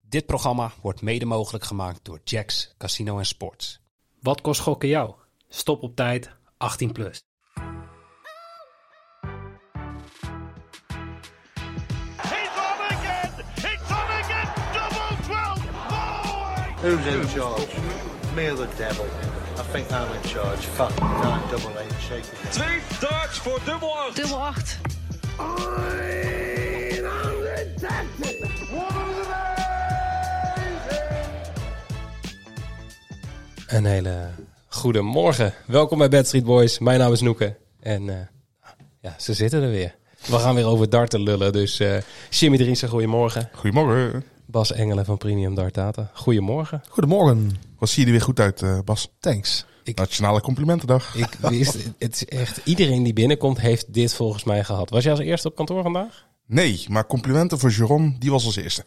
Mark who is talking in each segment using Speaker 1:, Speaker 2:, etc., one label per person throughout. Speaker 1: Dit programma wordt mede mogelijk gemaakt door Jacks Casino en Sports.
Speaker 2: Wat kost gokken jou? Stop op tijd 18 plus.
Speaker 3: He's on again! He's on again! Double 12! Oh!
Speaker 4: Who's in charge? Me or the devil? I think I'm in charge. Fuck nine double eight, shake it.
Speaker 3: Twee darts voor dubbel 8.
Speaker 5: Dubbel 8.
Speaker 6: Een hele goede morgen. Welkom bij Bad Street Boys. Mijn naam is Noeke. En eh, ja, ze zitten er weer. We gaan weer over darten lullen. Dus eh Jimmy Driessen, goedemorgen.
Speaker 7: Goedemorgen.
Speaker 6: Bas Engelen van Premium Dart Data, goedemorgen.
Speaker 8: Goedemorgen.
Speaker 7: Wat zie je er weer goed uit, eh, Bas?
Speaker 8: Thanks.
Speaker 7: Nationale complimentendag.
Speaker 6: Ik wist, het is echt, iedereen die binnenkomt heeft dit volgens mij gehad. Was jij als eerste op kantoor vandaag?
Speaker 7: Nee, maar complimenten voor Jeroen, die was als eerste.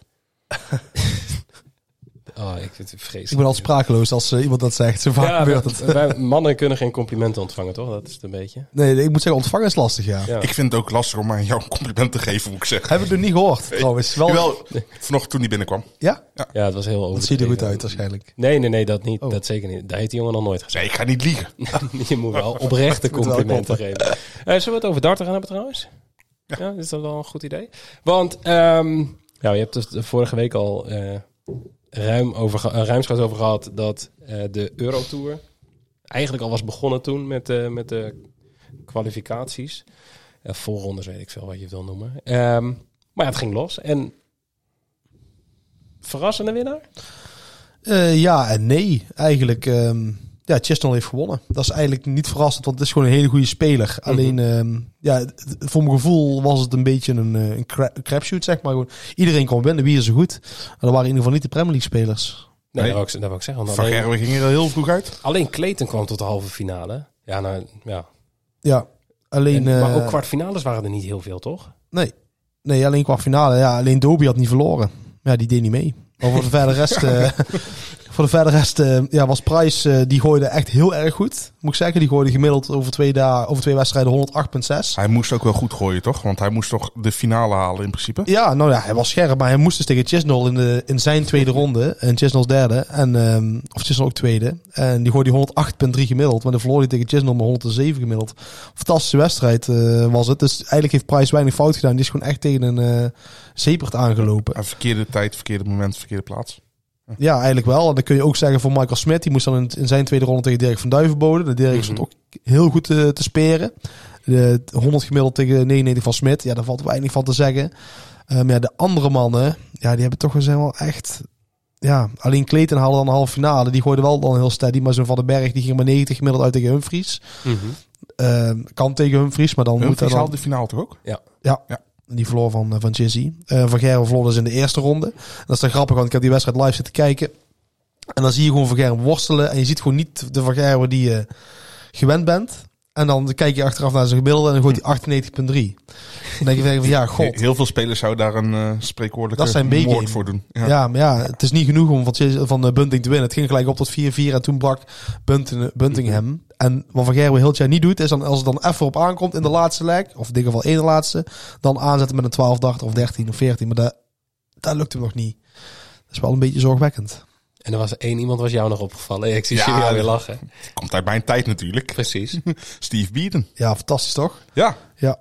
Speaker 6: Oh, ik vind het vreselijk.
Speaker 8: Ik ben al sprakeloos als eh, iemand dat zegt. Zo vaak
Speaker 6: Ja,
Speaker 8: gebeurt
Speaker 6: wij,
Speaker 8: het.
Speaker 6: wij mannen kunnen geen complimenten ontvangen, toch? Dat is het een beetje.
Speaker 8: Nee, ik moet zeggen, ontvangen is lastig, ja.
Speaker 6: Ja.
Speaker 7: Ik vind het ook lastig om aan jou een compliment te geven, moet ik zeggen.
Speaker 8: Heb ik nog niet gehoord, trouwens. Wel,
Speaker 7: Jawel, vanochtend toen hij binnenkwam.
Speaker 8: Ja?
Speaker 6: Ja, het was heel overdreven.
Speaker 8: Dat ziet er goed uit, waarschijnlijk.
Speaker 6: Nee, nee, nee, dat niet.
Speaker 8: Oh.
Speaker 6: Dat zeker niet. Dat heeft die jongen nog nooit gezegd.
Speaker 7: Zei, ik ga niet liegen.
Speaker 6: Je moet wel oprechte
Speaker 8: moet wel
Speaker 6: complimenten geven. Eh, zullen we het over darten gaan hebben trouwens? Ja. is dat wel een goed idee? Want ehm, nou, je hebt dus de vorige week al eh, ruim over, ge- eh, ruimschoots over gehad dat eh, de Eurotour eigenlijk al was begonnen toen met, eh, met de kwalificaties. Eh voorrondes weet ik veel wat je het wil noemen. Ehm, maar ja, het ging los. En verrassende winnaar?
Speaker 8: Eh, ja en nee. Eigenlijk, ehm ja, Chestnut heeft gewonnen. Dat is eigenlijk niet verrassend, want het is gewoon een hele goede speler. Alleen, ehm, ja, het- het- voor mijn gevoel was het een beetje een, eh, een cra- crapshoot, zeg maar. Gewoon, iedereen kon winnen, wie is er goed? En dat waren in ieder geval niet de Premier League spelers.
Speaker 6: Nee, Dat,
Speaker 7: Nee.
Speaker 6: wou ik, dat wou ik zeggen. want
Speaker 7: Van
Speaker 6: alleen-
Speaker 7: Gerwen ging er heel vroeg uit.
Speaker 6: Alleen Clayton kwam tot de halve finale. Ja, nou, ja.
Speaker 8: Ja, alleen...
Speaker 6: En- maar
Speaker 8: eh,
Speaker 6: ook kwartfinales waren er niet heel veel, toch?
Speaker 8: Nee. Nee, alleen qua finale. Ja, alleen Doby had niet verloren. Ja, die deed niet mee. Maar voor de verder rest, eh, voor de verder rest eh, ja, was Price, eh, die gooide echt heel erg goed. Moet ik zeggen, die gooide gemiddeld over twee, dagen, over twee wedstrijden 108,6.
Speaker 7: Hij moest ook wel goed gooien, toch? Want hij moest toch de finale halen in principe?
Speaker 8: Ja, nou ja, hij was scherp, maar hij moest dus tegen Chisnall in, de, in zijn tweede ronde. En Chisnall's derde. En, ehm, of Chisnall ook tweede. En die gooide 108,3 gemiddeld. Maar dan verloor hij tegen Chisnall met 107 gemiddeld. Fantastische wedstrijd eh, was het. Dus eigenlijk heeft Price weinig fout gedaan. Die is gewoon echt tegen een eh zeepert aangelopen.
Speaker 7: Een verkeerde tijd, verkeerde moment, verkeerde plaats.
Speaker 8: Ja, eigenlijk wel. En dan kun je ook zeggen voor Michael Smit. Die moest dan in, in zijn tweede ronde tegen Dirk van Duivenbode. De Dirk
Speaker 7: Mhm.
Speaker 8: stond ook heel goed eh, te speren. De 100 gemiddeld tegen 99 van Smit. Ja, daar valt weinig van te zeggen. Eh, maar ja, de andere mannen, ja, die hebben toch wel zijn wel echt... Ja, alleen Clayton haalde dan een halve finale. Die gooide wel dan heel steady. Maar zo'n Van den Berg, die ging maar 90 gemiddeld uit tegen Humphries. Eh, kan tegen Humphries, maar dan moet
Speaker 7: Humphries
Speaker 8: hij dan...
Speaker 7: haalde de finale toch ook?
Speaker 8: Ja.
Speaker 7: Ja.
Speaker 8: Die verloor van, eh, van Jizzy. Eh, van Gerwen verloor dus in de eerste ronde. Dat is dan grappig, want ik heb die wedstrijd live zitten kijken. En dan zie je gewoon Van Gerwen worstelen. En je ziet gewoon niet de Van Gerwen die je gewend bent. En dan kijk je achteraf naar zijn gemiddelde en dan gooit hij 98,3. Dan denk je van ja, god.
Speaker 7: Heel veel spelers zouden daar een eh spreekwoordelijke
Speaker 8: Dat is zijn B-game.
Speaker 7: moord voor doen. Ja.
Speaker 8: Ja, maar ja, het is niet genoeg om van, Chase- van eh, Bunting te winnen. Het ging gelijk op tot 4-4 en toen brak Bunting, Bunting hem. En wat Van Gerwen heel het jaar niet doet, is dan als het dan even op aankomt in de laatste leg, of in ieder geval één laatste, dan aanzetten met een 12 dacht of 13 of 14. Maar dat, dat lukt hem nog niet. Dat is wel een beetje zorgwekkend.
Speaker 6: En er was één iemand was jou nog opgevallen. Ik zie
Speaker 7: Ja,
Speaker 6: jullie
Speaker 7: dat-
Speaker 6: weer lachen.
Speaker 7: Komt uit mijn tijd natuurlijk.
Speaker 6: Precies.
Speaker 7: Steve Bieden.
Speaker 8: Ja, fantastisch toch?
Speaker 7: Ja,
Speaker 8: Ja.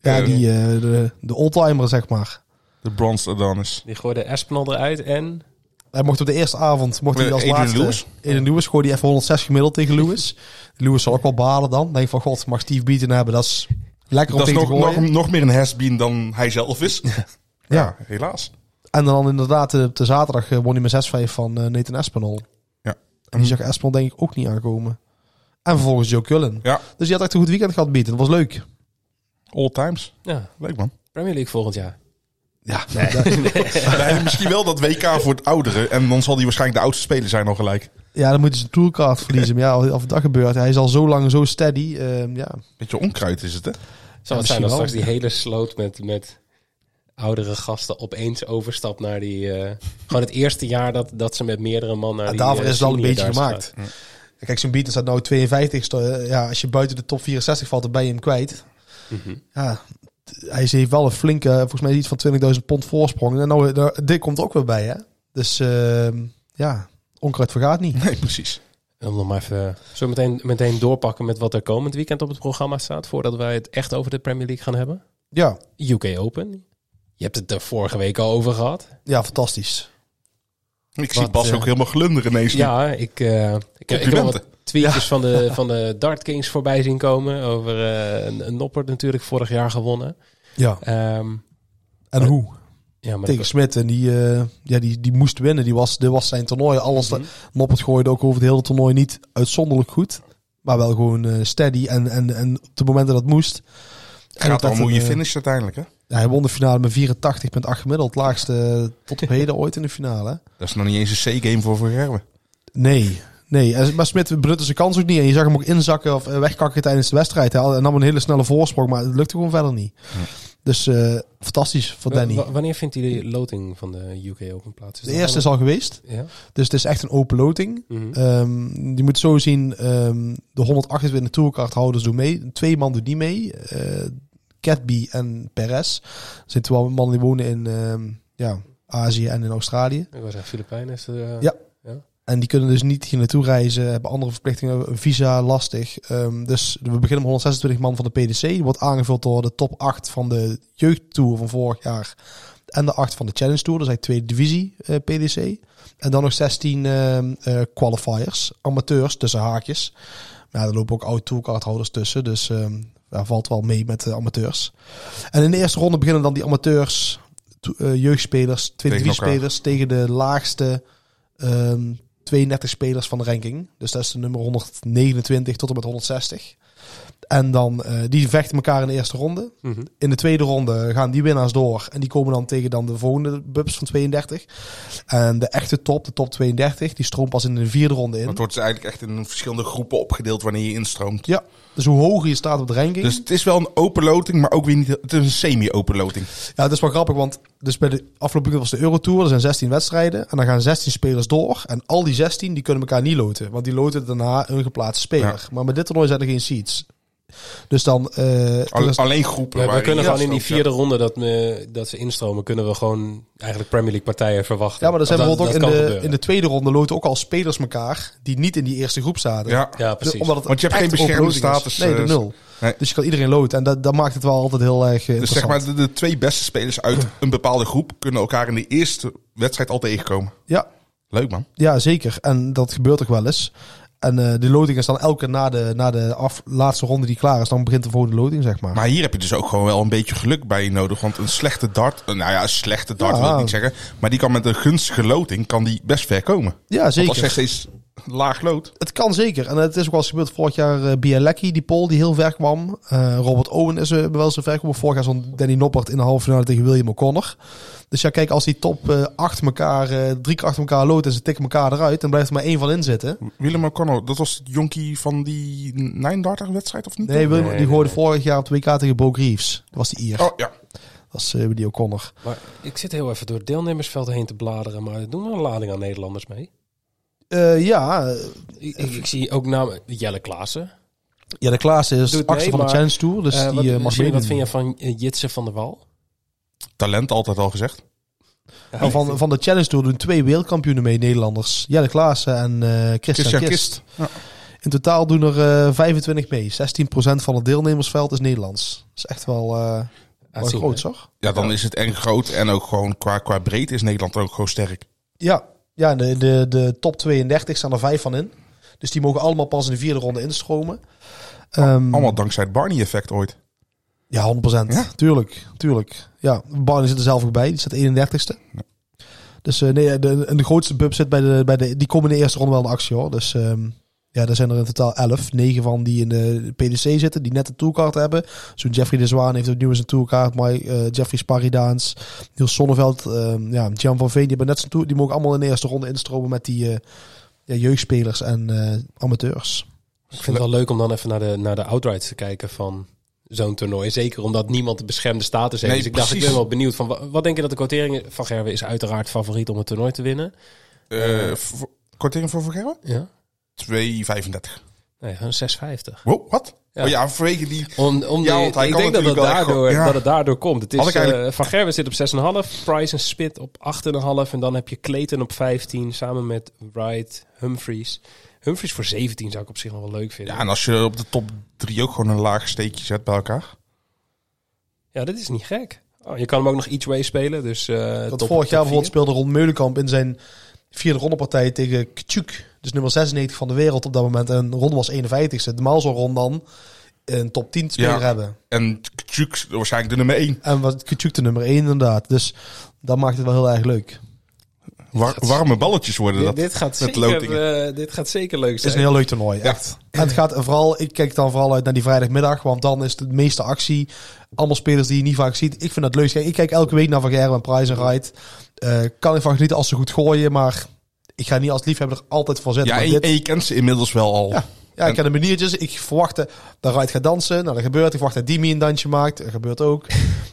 Speaker 8: Ja,
Speaker 7: Ja,
Speaker 8: die, eh, de, de oldtimer zeg maar.
Speaker 7: de Bronze Adonis.
Speaker 6: Die gooide Espinal eruit en...
Speaker 8: Hij mocht op de eerste avond, mocht hij
Speaker 7: Met
Speaker 8: als
Speaker 7: Adrian
Speaker 8: laatste...
Speaker 7: Lewis?
Speaker 8: Adrian Lewis gooide hij even 106 gemiddeld tegen Lewis. Lewis zal ook wel balen dan. Denk van, god, mag Steve Beaton hebben, dat is lekker om
Speaker 7: Dat is
Speaker 8: tegen
Speaker 7: nog,
Speaker 8: te gooien.
Speaker 7: nog, nog meer een has-been dan hij zelf is.
Speaker 8: Ja.
Speaker 7: Helaas.
Speaker 8: En dan inderdaad eh, op de zaterdag eh, won hij met 6-5 van eh, Nathan Espinol.
Speaker 7: Ja.
Speaker 8: En die zag Espinol denk ik ook niet aankomen. En vervolgens Joe Cullen.
Speaker 7: Ja,
Speaker 8: Dus die had echt een goed weekend gehad, Beaton. Dat was leuk.
Speaker 7: all times.
Speaker 6: Ja,
Speaker 7: Leuk man.
Speaker 6: Premier League volgend jaar.
Speaker 8: Ja,
Speaker 7: Wij hebben misschien wel dat WK voor het ouderen. En dan zal hij waarschijnlijk de oudste speler zijn al gelijk.
Speaker 8: ja dan moeten ze een tourkaart verliezen. Maar ja, of dat gebeurt. Hij is al zo lang zo steady. eh, ja.
Speaker 7: Beetje onkruid is het hè?
Speaker 6: Zou het
Speaker 8: misschien
Speaker 6: zijn dat
Speaker 8: wel.
Speaker 6: straks die hele sloot met, met oudere gasten opeens overstapt naar die... eh, gewoon het eerste jaar dat, dat ze met meerdere man naar
Speaker 8: En
Speaker 6: die...
Speaker 8: daarvoor
Speaker 6: eh,
Speaker 8: is het al een
Speaker 6: senior
Speaker 8: beetje
Speaker 6: darts
Speaker 8: gemaakt.
Speaker 6: gaat.
Speaker 8: Kijk, zo'n Beaton staat nou 52. sta- eh, Ja, als je buiten de top 64 valt, dan ben je hem kwijt.
Speaker 6: Mhm.
Speaker 8: Ja, t- hij heeft wel een flinke, volgens mij iets van 20.000 pond voorsprong. En nou, eh, daar- dit komt er ook weer bij, hè? Dus ehm, ja, onkruid vergaat niet.
Speaker 7: Nee, precies.
Speaker 6: En om nog maar even zo meteen, meteen doorpakken met wat er komend weekend op het programma staat. Voordat wij het echt over de Premier League gaan hebben.
Speaker 8: Ja,
Speaker 6: UK Open. Je hebt het er vorige week al over gehad.
Speaker 8: ja fantastisch.
Speaker 7: Ik zie
Speaker 6: Wat,
Speaker 7: Bas
Speaker 6: eh,
Speaker 7: ook helemaal glunderen ineens. nu.
Speaker 6: Ja, ik, eh, ik, ik heb al wat tweetjes van, de, van de Dart Kings voorbij zien komen. Over eh, een, een Noppert natuurlijk vorig jaar gewonnen.
Speaker 8: Ja,
Speaker 6: Ehm,
Speaker 8: en
Speaker 6: Maar-
Speaker 8: hoe?
Speaker 6: ja, maar
Speaker 8: Tegen Smit. En die, eh, ja, die, die moest winnen. Die was, dit was zijn toernooi. Alles. Noppert gooide ook over het hele toernooi niet uitzonderlijk goed. Maar wel gewoon eh, steady. En, en, en op de momenten dat het moest. En
Speaker 7: Gaat
Speaker 8: dat
Speaker 7: al
Speaker 8: werd
Speaker 7: een je
Speaker 8: een, eh,
Speaker 7: finish uiteindelijk, hè?
Speaker 8: ja, hij won de finale met 84,8 gemiddeld. Laagste eh, tot op heden ooit in de finale.
Speaker 7: Dat is nog niet eens een C-game voor Vergerwe.
Speaker 8: Nee, nee. En- Maar Smit benutte zijn kans ook niet. En je zag hem ook inzakken of eh, wegkakken tijdens de wedstrijd. Hij had- hij nam een hele snelle voorsprong, maar het lukte gewoon verder niet. Dus eh, fantastisch voor
Speaker 6: wa-
Speaker 8: Danny.
Speaker 6: wa- wanneer vindt hij de loting van de UK Open plaats?
Speaker 8: De eerste is al geweest.
Speaker 6: Ja?
Speaker 8: Dus het is echt een open loting.
Speaker 6: Mhm.
Speaker 8: Ehm, je moet zo zien, ehm, de 128 tourkaarthouders doen mee. Twee man doen niet mee. Eh Catby en Perez. Dat zijn twee mannen die wonen in ehm, ja, Azië en in Australië.
Speaker 6: Ik was zeggen, Filipijnen is er... eh,
Speaker 8: Ja. En die kunnen dus niet hier naartoe reizen, hebben andere verplichtingen, een visa, lastig. Ehm, dus we beginnen met 126 man van de PDC. Die wordt aangevuld door de top 8 van de jeugdtour van vorig jaar. En de 8 van de Challenge Tour, dat is eigenlijk tweede divisie eh, PDC. En dan nog 16 ehm, eh, qualifiers, amateurs tussen haakjes. Maar ja, er lopen ook oud-tourcardhouders tussen, dus ehm, daar valt wel mee met de amateurs. En in de eerste ronde beginnen dan die amateurs, to- eh, jeugdspelers, tweede
Speaker 7: Tegen
Speaker 8: divisie-spelers tegen de laagste ehm, 32 spelers van de ranking. Dus dat is de nummer 129 tot en met 160. En dan, eh, die vechten elkaar in de eerste ronde.
Speaker 6: mhm.
Speaker 8: In de tweede ronde gaan die winnaars door. En die komen dan tegen dan de volgende bubs van 32. En de echte top, de top 32, die stroomt pas in de vierde ronde in.
Speaker 7: Het wordt dus eigenlijk echt in verschillende groepen opgedeeld wanneer je instroomt.
Speaker 8: Ja, dus hoe hoger je staat op de ranking.
Speaker 7: Dus het is wel een open loting, maar ook weer niet... Het is een semi-open loting.
Speaker 8: Ja, het is wel grappig, want dus bij de afgelopen weekend was de Eurotour. Er zijn 16 wedstrijden en dan gaan 16 spelers door. En al die 16 die kunnen elkaar niet loten, want die loten daarna een geplaatste speler. Maar met dit toernooi zijn er geen seats. Dus dan... eh,
Speaker 7: Al-
Speaker 8: dus-
Speaker 7: alleen groepen.
Speaker 6: We,
Speaker 7: waar
Speaker 6: we
Speaker 7: je
Speaker 6: kunnen gewoon in die
Speaker 7: instroomt,
Speaker 6: vierde ronde dat, me, dat ze instromen, kunnen we gewoon eigenlijk Premier League partijen verwachten.
Speaker 8: ja, maar er zijn
Speaker 6: Dat-
Speaker 8: bijvoorbeeld ook
Speaker 6: dat
Speaker 8: in
Speaker 6: kan
Speaker 8: de,
Speaker 6: gebeuren.
Speaker 8: in de tweede ronde loten ook al spelers elkaar die niet in die eerste groep zaten.
Speaker 7: Ja. Ja.
Speaker 6: Ja,
Speaker 8: Dus
Speaker 6: precies.
Speaker 8: omdat het
Speaker 7: Want je hebt
Speaker 8: echt
Speaker 7: geen beschermde
Speaker 8: open loting is.
Speaker 7: status,
Speaker 8: Nee, de
Speaker 7: eh,
Speaker 8: nul.
Speaker 7: nee.
Speaker 8: Dus je kan iedereen loten. En dat, dat maakt het wel altijd heel erg
Speaker 7: Dus
Speaker 8: eh,
Speaker 7: zeg
Speaker 8: interessant.
Speaker 7: maar, de, de twee beste spelers uit een bepaalde groep... kunnen elkaar in de eerste wedstrijd al tegenkomen.
Speaker 8: ja,
Speaker 7: Leuk, man.
Speaker 8: ja, zeker. En dat gebeurt ook wel eens. En eh die loting is dan elke keer na de, na de af, laatste ronde die klaar is, dan begint de volgende loting, zeg maar.
Speaker 7: Maar hier heb je dus ook gewoon wel een beetje geluk bij je nodig. Want een slechte dart, eh, nou ja, een slechte dart
Speaker 8: Ja.
Speaker 7: wil ik niet zeggen. Maar die kan met een gunstige loting kan die best ver komen.
Speaker 8: ja,
Speaker 7: Want als jij
Speaker 8: zeker.
Speaker 7: steeds laag lood.
Speaker 8: Het kan zeker. En het is ook wel eens gebeurd vorig jaar eh Bialecki, die Pol, die heel ver kwam. Eh, Robert Owen is eh, wel zo ver gekomen. Vorig jaar stond Danny Noppert in de halve finale tegen William O'Connor. Dus ja, kijk, als die top eh achter elkaar, eh, drie keer achter elkaar loopt en ze tikken elkaar eruit, dan blijft er maar één van in zitten.
Speaker 7: Willem O'Connor, dat was het jonkie van die 39 wedstrijd of niet?
Speaker 8: Nee, William, die gooide vorig jaar op de WK tegen Bo Greaves. Dat was die Ier.
Speaker 7: Oh ja,
Speaker 8: Dat is eh, die O'Connor.
Speaker 6: Maar ik zit heel even door het deelnemersveld heen te bladeren, maar doen we een lading aan Nederlanders mee?
Speaker 8: Eh, ja, eh,
Speaker 6: Ik, ik- ik zie ook namen Jelle Klaassen.
Speaker 8: Ja, de Klaas is
Speaker 6: Doet
Speaker 8: de
Speaker 6: mee,
Speaker 8: achtste van de
Speaker 6: maar,
Speaker 8: Challenge Tour, dus
Speaker 6: Eh,
Speaker 8: die
Speaker 6: wat,
Speaker 8: eh, mag
Speaker 6: zie je-
Speaker 8: meedoen.
Speaker 6: wat vind je van eh, Jitse van der Wal?
Speaker 7: talent altijd al gezegd.
Speaker 8: En van, van de Challenge Tour doen twee wereldkampioenen mee, Nederlanders. Jelle Klaassen en eh, Christian,
Speaker 7: Christian
Speaker 8: Kist.
Speaker 7: Kist. Ja.
Speaker 8: In totaal doen er eh, 25 mee. 16% van het deelnemersveld is Nederlands. Dat is echt wel, eh wel
Speaker 6: Aanzienlijk.
Speaker 8: groot, toch?
Speaker 7: Ja, dan is het en groot en ook gewoon qua, qua breedte is Nederland ook gewoon sterk.
Speaker 8: Ja, ja de, de, de top 32 staan er vijf van in. Dus die mogen allemaal pas in de vierde ronde instromen. Ehm,
Speaker 7: Allemaal dankzij het Barney-effect ooit.
Speaker 8: Ja, 100%.
Speaker 7: Ja?
Speaker 8: Tuurlijk, tuurlijk. Ja, Barney zit er zelf ook bij. Die staat 31ste. Dus eh, nee, de, en de grootste bub zit bij de, bij de... Die komen in de eerste ronde wel in actie, hoor. Dus ehm, ja, daar zijn er in totaal 11. 9 van die in de PDC zitten, die net een tourkaart hebben. Zo'n Jeffrey de Zwaan heeft opnieuw eens een tourkaart. Maar eh, Jeffrey Sparridaans, Niels Sonneveld, ehm, ja, Jan van Veen. Die, hebben net zijn tour, die mogen allemaal in de eerste ronde instromen met die eh, ja, jeugdspelers en eh, amateurs.
Speaker 6: Ik vind het wel leuk om dan even naar de, naar de outrights te kijken van zo'n toernooi. Zeker omdat niemand de beschermde status heeft.
Speaker 7: Nee,
Speaker 6: dus ik dacht, ik
Speaker 7: precies.
Speaker 6: ben wel benieuwd van wa- wat denk je dat de quotering van Gerwe is uiteraard favoriet om het toernooi te winnen.
Speaker 7: Eh, v- Kortering voor Vergerwe?
Speaker 6: Nou Ja.
Speaker 7: 2,35.
Speaker 6: Nee, gewoon 6,50.
Speaker 7: Wow, wat?
Speaker 6: Ja.
Speaker 7: Oh ja, vanwege die...
Speaker 6: Om, om
Speaker 7: Ja,
Speaker 6: die-
Speaker 7: want hij
Speaker 6: ik
Speaker 7: kan
Speaker 6: denk dat het,
Speaker 7: natuurlijk wel echt
Speaker 6: daardoor,
Speaker 7: gewoon- ja.
Speaker 6: dat het daardoor komt. Het is,
Speaker 7: Had ik eigenlijk-
Speaker 6: eh, Van Gerwen zit op 6,5. Price en Spit op 8,5. En dan heb je Clayton op 15. Samen met Wright, Humphries. Humphries voor 17 zou ik op zich nog wel leuk vinden.
Speaker 7: Ja,
Speaker 6: Ja,
Speaker 7: en als je op de top drie ook gewoon een laag steekje zet bij elkaar.
Speaker 6: dat is niet gek. Oh, je kan hem ook nog each way spelen. Dus, eh,
Speaker 8: Want
Speaker 6: top-
Speaker 8: vorig
Speaker 6: top
Speaker 8: jaar bijvoorbeeld
Speaker 6: vier.
Speaker 8: speelde Ron Meulenkamp in zijn vierde rondepartij tegen Kchuk. Dus nummer 96 van de wereld op dat moment. En Ron was 51ste. Normaal zou Ron dan een top 10 speler
Speaker 7: Ja.
Speaker 8: hebben.
Speaker 7: En Kjuk waarschijnlijk de nummer één.
Speaker 8: En was Kchuk de nummer 1 inderdaad. Dus dat maakt het wel heel erg leuk.
Speaker 7: War- warme balletjes worden dat.
Speaker 6: Dit, dit, gaat
Speaker 7: met
Speaker 6: zeker,
Speaker 7: lotingen.
Speaker 6: eh, dit gaat zeker leuk
Speaker 8: Het is
Speaker 6: zijn.
Speaker 8: een heel leuk toernooi,
Speaker 7: Ja.
Speaker 8: echt. En het gaat vooral, ik kijk dan vooral uit naar die vrijdagmiddag, want dan is het de meeste actie. Allemaal spelers die je niet vaak ziet. Ik vind dat leuk. Kijk, ik kijk elke week naar Van Gerwen en Price en Ride. Eh, kan ik van genieten als ze goed gooien, maar ik ga niet als liefhebber er altijd voor zetten.
Speaker 7: Ja,
Speaker 8: maar
Speaker 7: en,
Speaker 8: dit-
Speaker 7: en je kent ze inmiddels wel al.
Speaker 8: Ja, ja ik ken de maniertjes. Ik verwachtte dat Wright gaat dansen. Nou, dat gebeurt. Ik verwacht dat Dimi een dansje maakt. Dat gebeurt ook.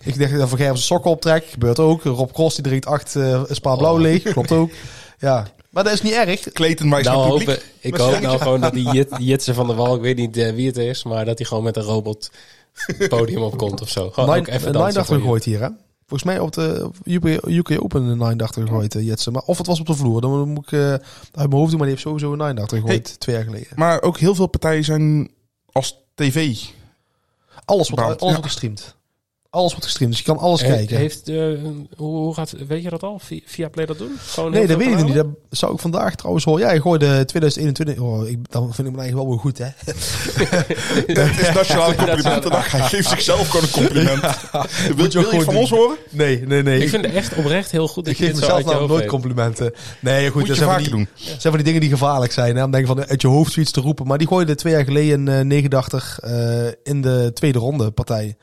Speaker 8: ik dacht dat Van Gerwen zijn sokken optrekt. Gebeurt ook. Rob Cross die drinkt acht eh spa blauw
Speaker 6: Oh.
Speaker 8: leeg. Klopt ook. Ja, maar dat is niet erg.
Speaker 7: Clayton wijst
Speaker 6: Nou,
Speaker 7: naar het
Speaker 6: hopen,
Speaker 7: publiek.
Speaker 6: ik hoop nou gewoon dat die Jit- Jitse van der Wal, ik weet niet eh, wie het is, maar dat hij gewoon met een robot het podium opkomt of zo. Gewoon Oh, ook
Speaker 8: Nine,
Speaker 6: even
Speaker 8: even nine
Speaker 6: dansen
Speaker 8: dacht
Speaker 6: voor
Speaker 8: er
Speaker 6: je.
Speaker 8: gegooid hier, hè? Volgens mij op de op UK, UK Open een nine dacht er gegooid, eh, Jetsen. Maar of het was op de vloer, dan moet ik eh, uit mijn hoofd doen. Maar die heeft sowieso een nine dachter gegooid, twee jaar geleden.
Speaker 7: Maar ook heel veel partijen zijn als tv.
Speaker 8: Alles wordt,
Speaker 7: Brand,
Speaker 8: alles
Speaker 7: ja.
Speaker 8: wordt gestreamd. Alles wordt gestreamd, dus je kan alles
Speaker 6: He-
Speaker 8: kijken.
Speaker 6: Heeft, eh, hoe, hoe gaat, weet je dat al? Via, via Play dat doen? Gewoon
Speaker 8: Nee,
Speaker 6: heel
Speaker 8: dat
Speaker 6: veel
Speaker 8: weet ik nog niet.
Speaker 6: kanalen?
Speaker 8: Dat zou ik vandaag trouwens horen. Ja, ik gooide 2021. Oh, ik, dan vind ik mijn eigen wel weer goed, hè?
Speaker 7: Het is Nationale Complimentendag. Hij geeft zichzelf gewoon een compliment. Wil, wil je
Speaker 8: gewoon
Speaker 7: het van
Speaker 8: doen.
Speaker 7: ons horen?
Speaker 8: Nee, nee, nee.
Speaker 6: Ik
Speaker 8: Ik,
Speaker 6: vind het echt oprecht heel goed. dat
Speaker 8: ik
Speaker 6: je
Speaker 8: geef
Speaker 6: dit zo
Speaker 8: mezelf
Speaker 6: uit je
Speaker 8: nou
Speaker 6: hoofd
Speaker 8: nooit
Speaker 6: weet.
Speaker 8: complimenten. Nee, goed.
Speaker 7: Moet
Speaker 8: Dat
Speaker 7: je
Speaker 8: zijn van,
Speaker 7: vaker
Speaker 8: die,
Speaker 7: doen.
Speaker 8: zijn van die dingen die gevaarlijk zijn. Hè? Om denk van uit je hoofd zoiets te roepen. Maar die gooide twee jaar geleden een eh, 89 eh, in de tweede ronde partij.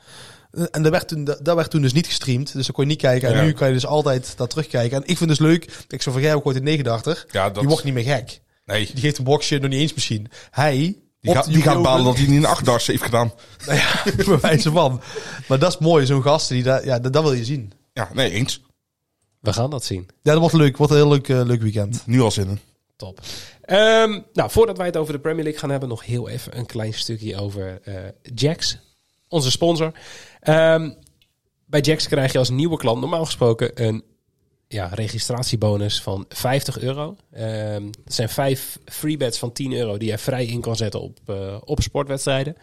Speaker 8: Eh, En dat werd, toen, dat dat werd toen dus niet gestreamd. Dus dan kon je niet kijken. En
Speaker 7: Ja.
Speaker 8: nu kan je dus altijd dat terugkijken. En ik vind het dus leuk. Ik zo van jij ook ooit in 89.
Speaker 7: Ja, dat-
Speaker 8: Die wordt niet meer gek.
Speaker 7: Nee.
Speaker 8: Die geeft een boxje nog niet eens misschien. Hij.
Speaker 7: Die,
Speaker 8: op
Speaker 7: gaat-
Speaker 8: de
Speaker 7: die
Speaker 8: UK
Speaker 7: gaat balen
Speaker 8: Open-
Speaker 7: dat hij niet een achtdars heeft gedaan.
Speaker 8: Nou ja, bij wijze van. Maar dat is mooi, zo'n gasten. Die daar, ja, dat, dat wil je zien.
Speaker 7: Ja, nee, eens.
Speaker 6: We gaan dat zien.
Speaker 8: Ja, dat wordt leuk. Wordt een heel leuk, eh, leuk weekend.
Speaker 7: Nu al zin in.
Speaker 6: Top. Ehm, nou, voordat wij het over de Premier League gaan hebben, nog heel even een klein stukje over eh Jax, onze sponsor. Ehm, bij Jax krijg je als nieuwe klant normaal gesproken een ja, registratiebonus van 50 euro. Ehm het zijn vijf free bets van 10 euro die jij vrij in kan zetten op, eh, op sportwedstrijden.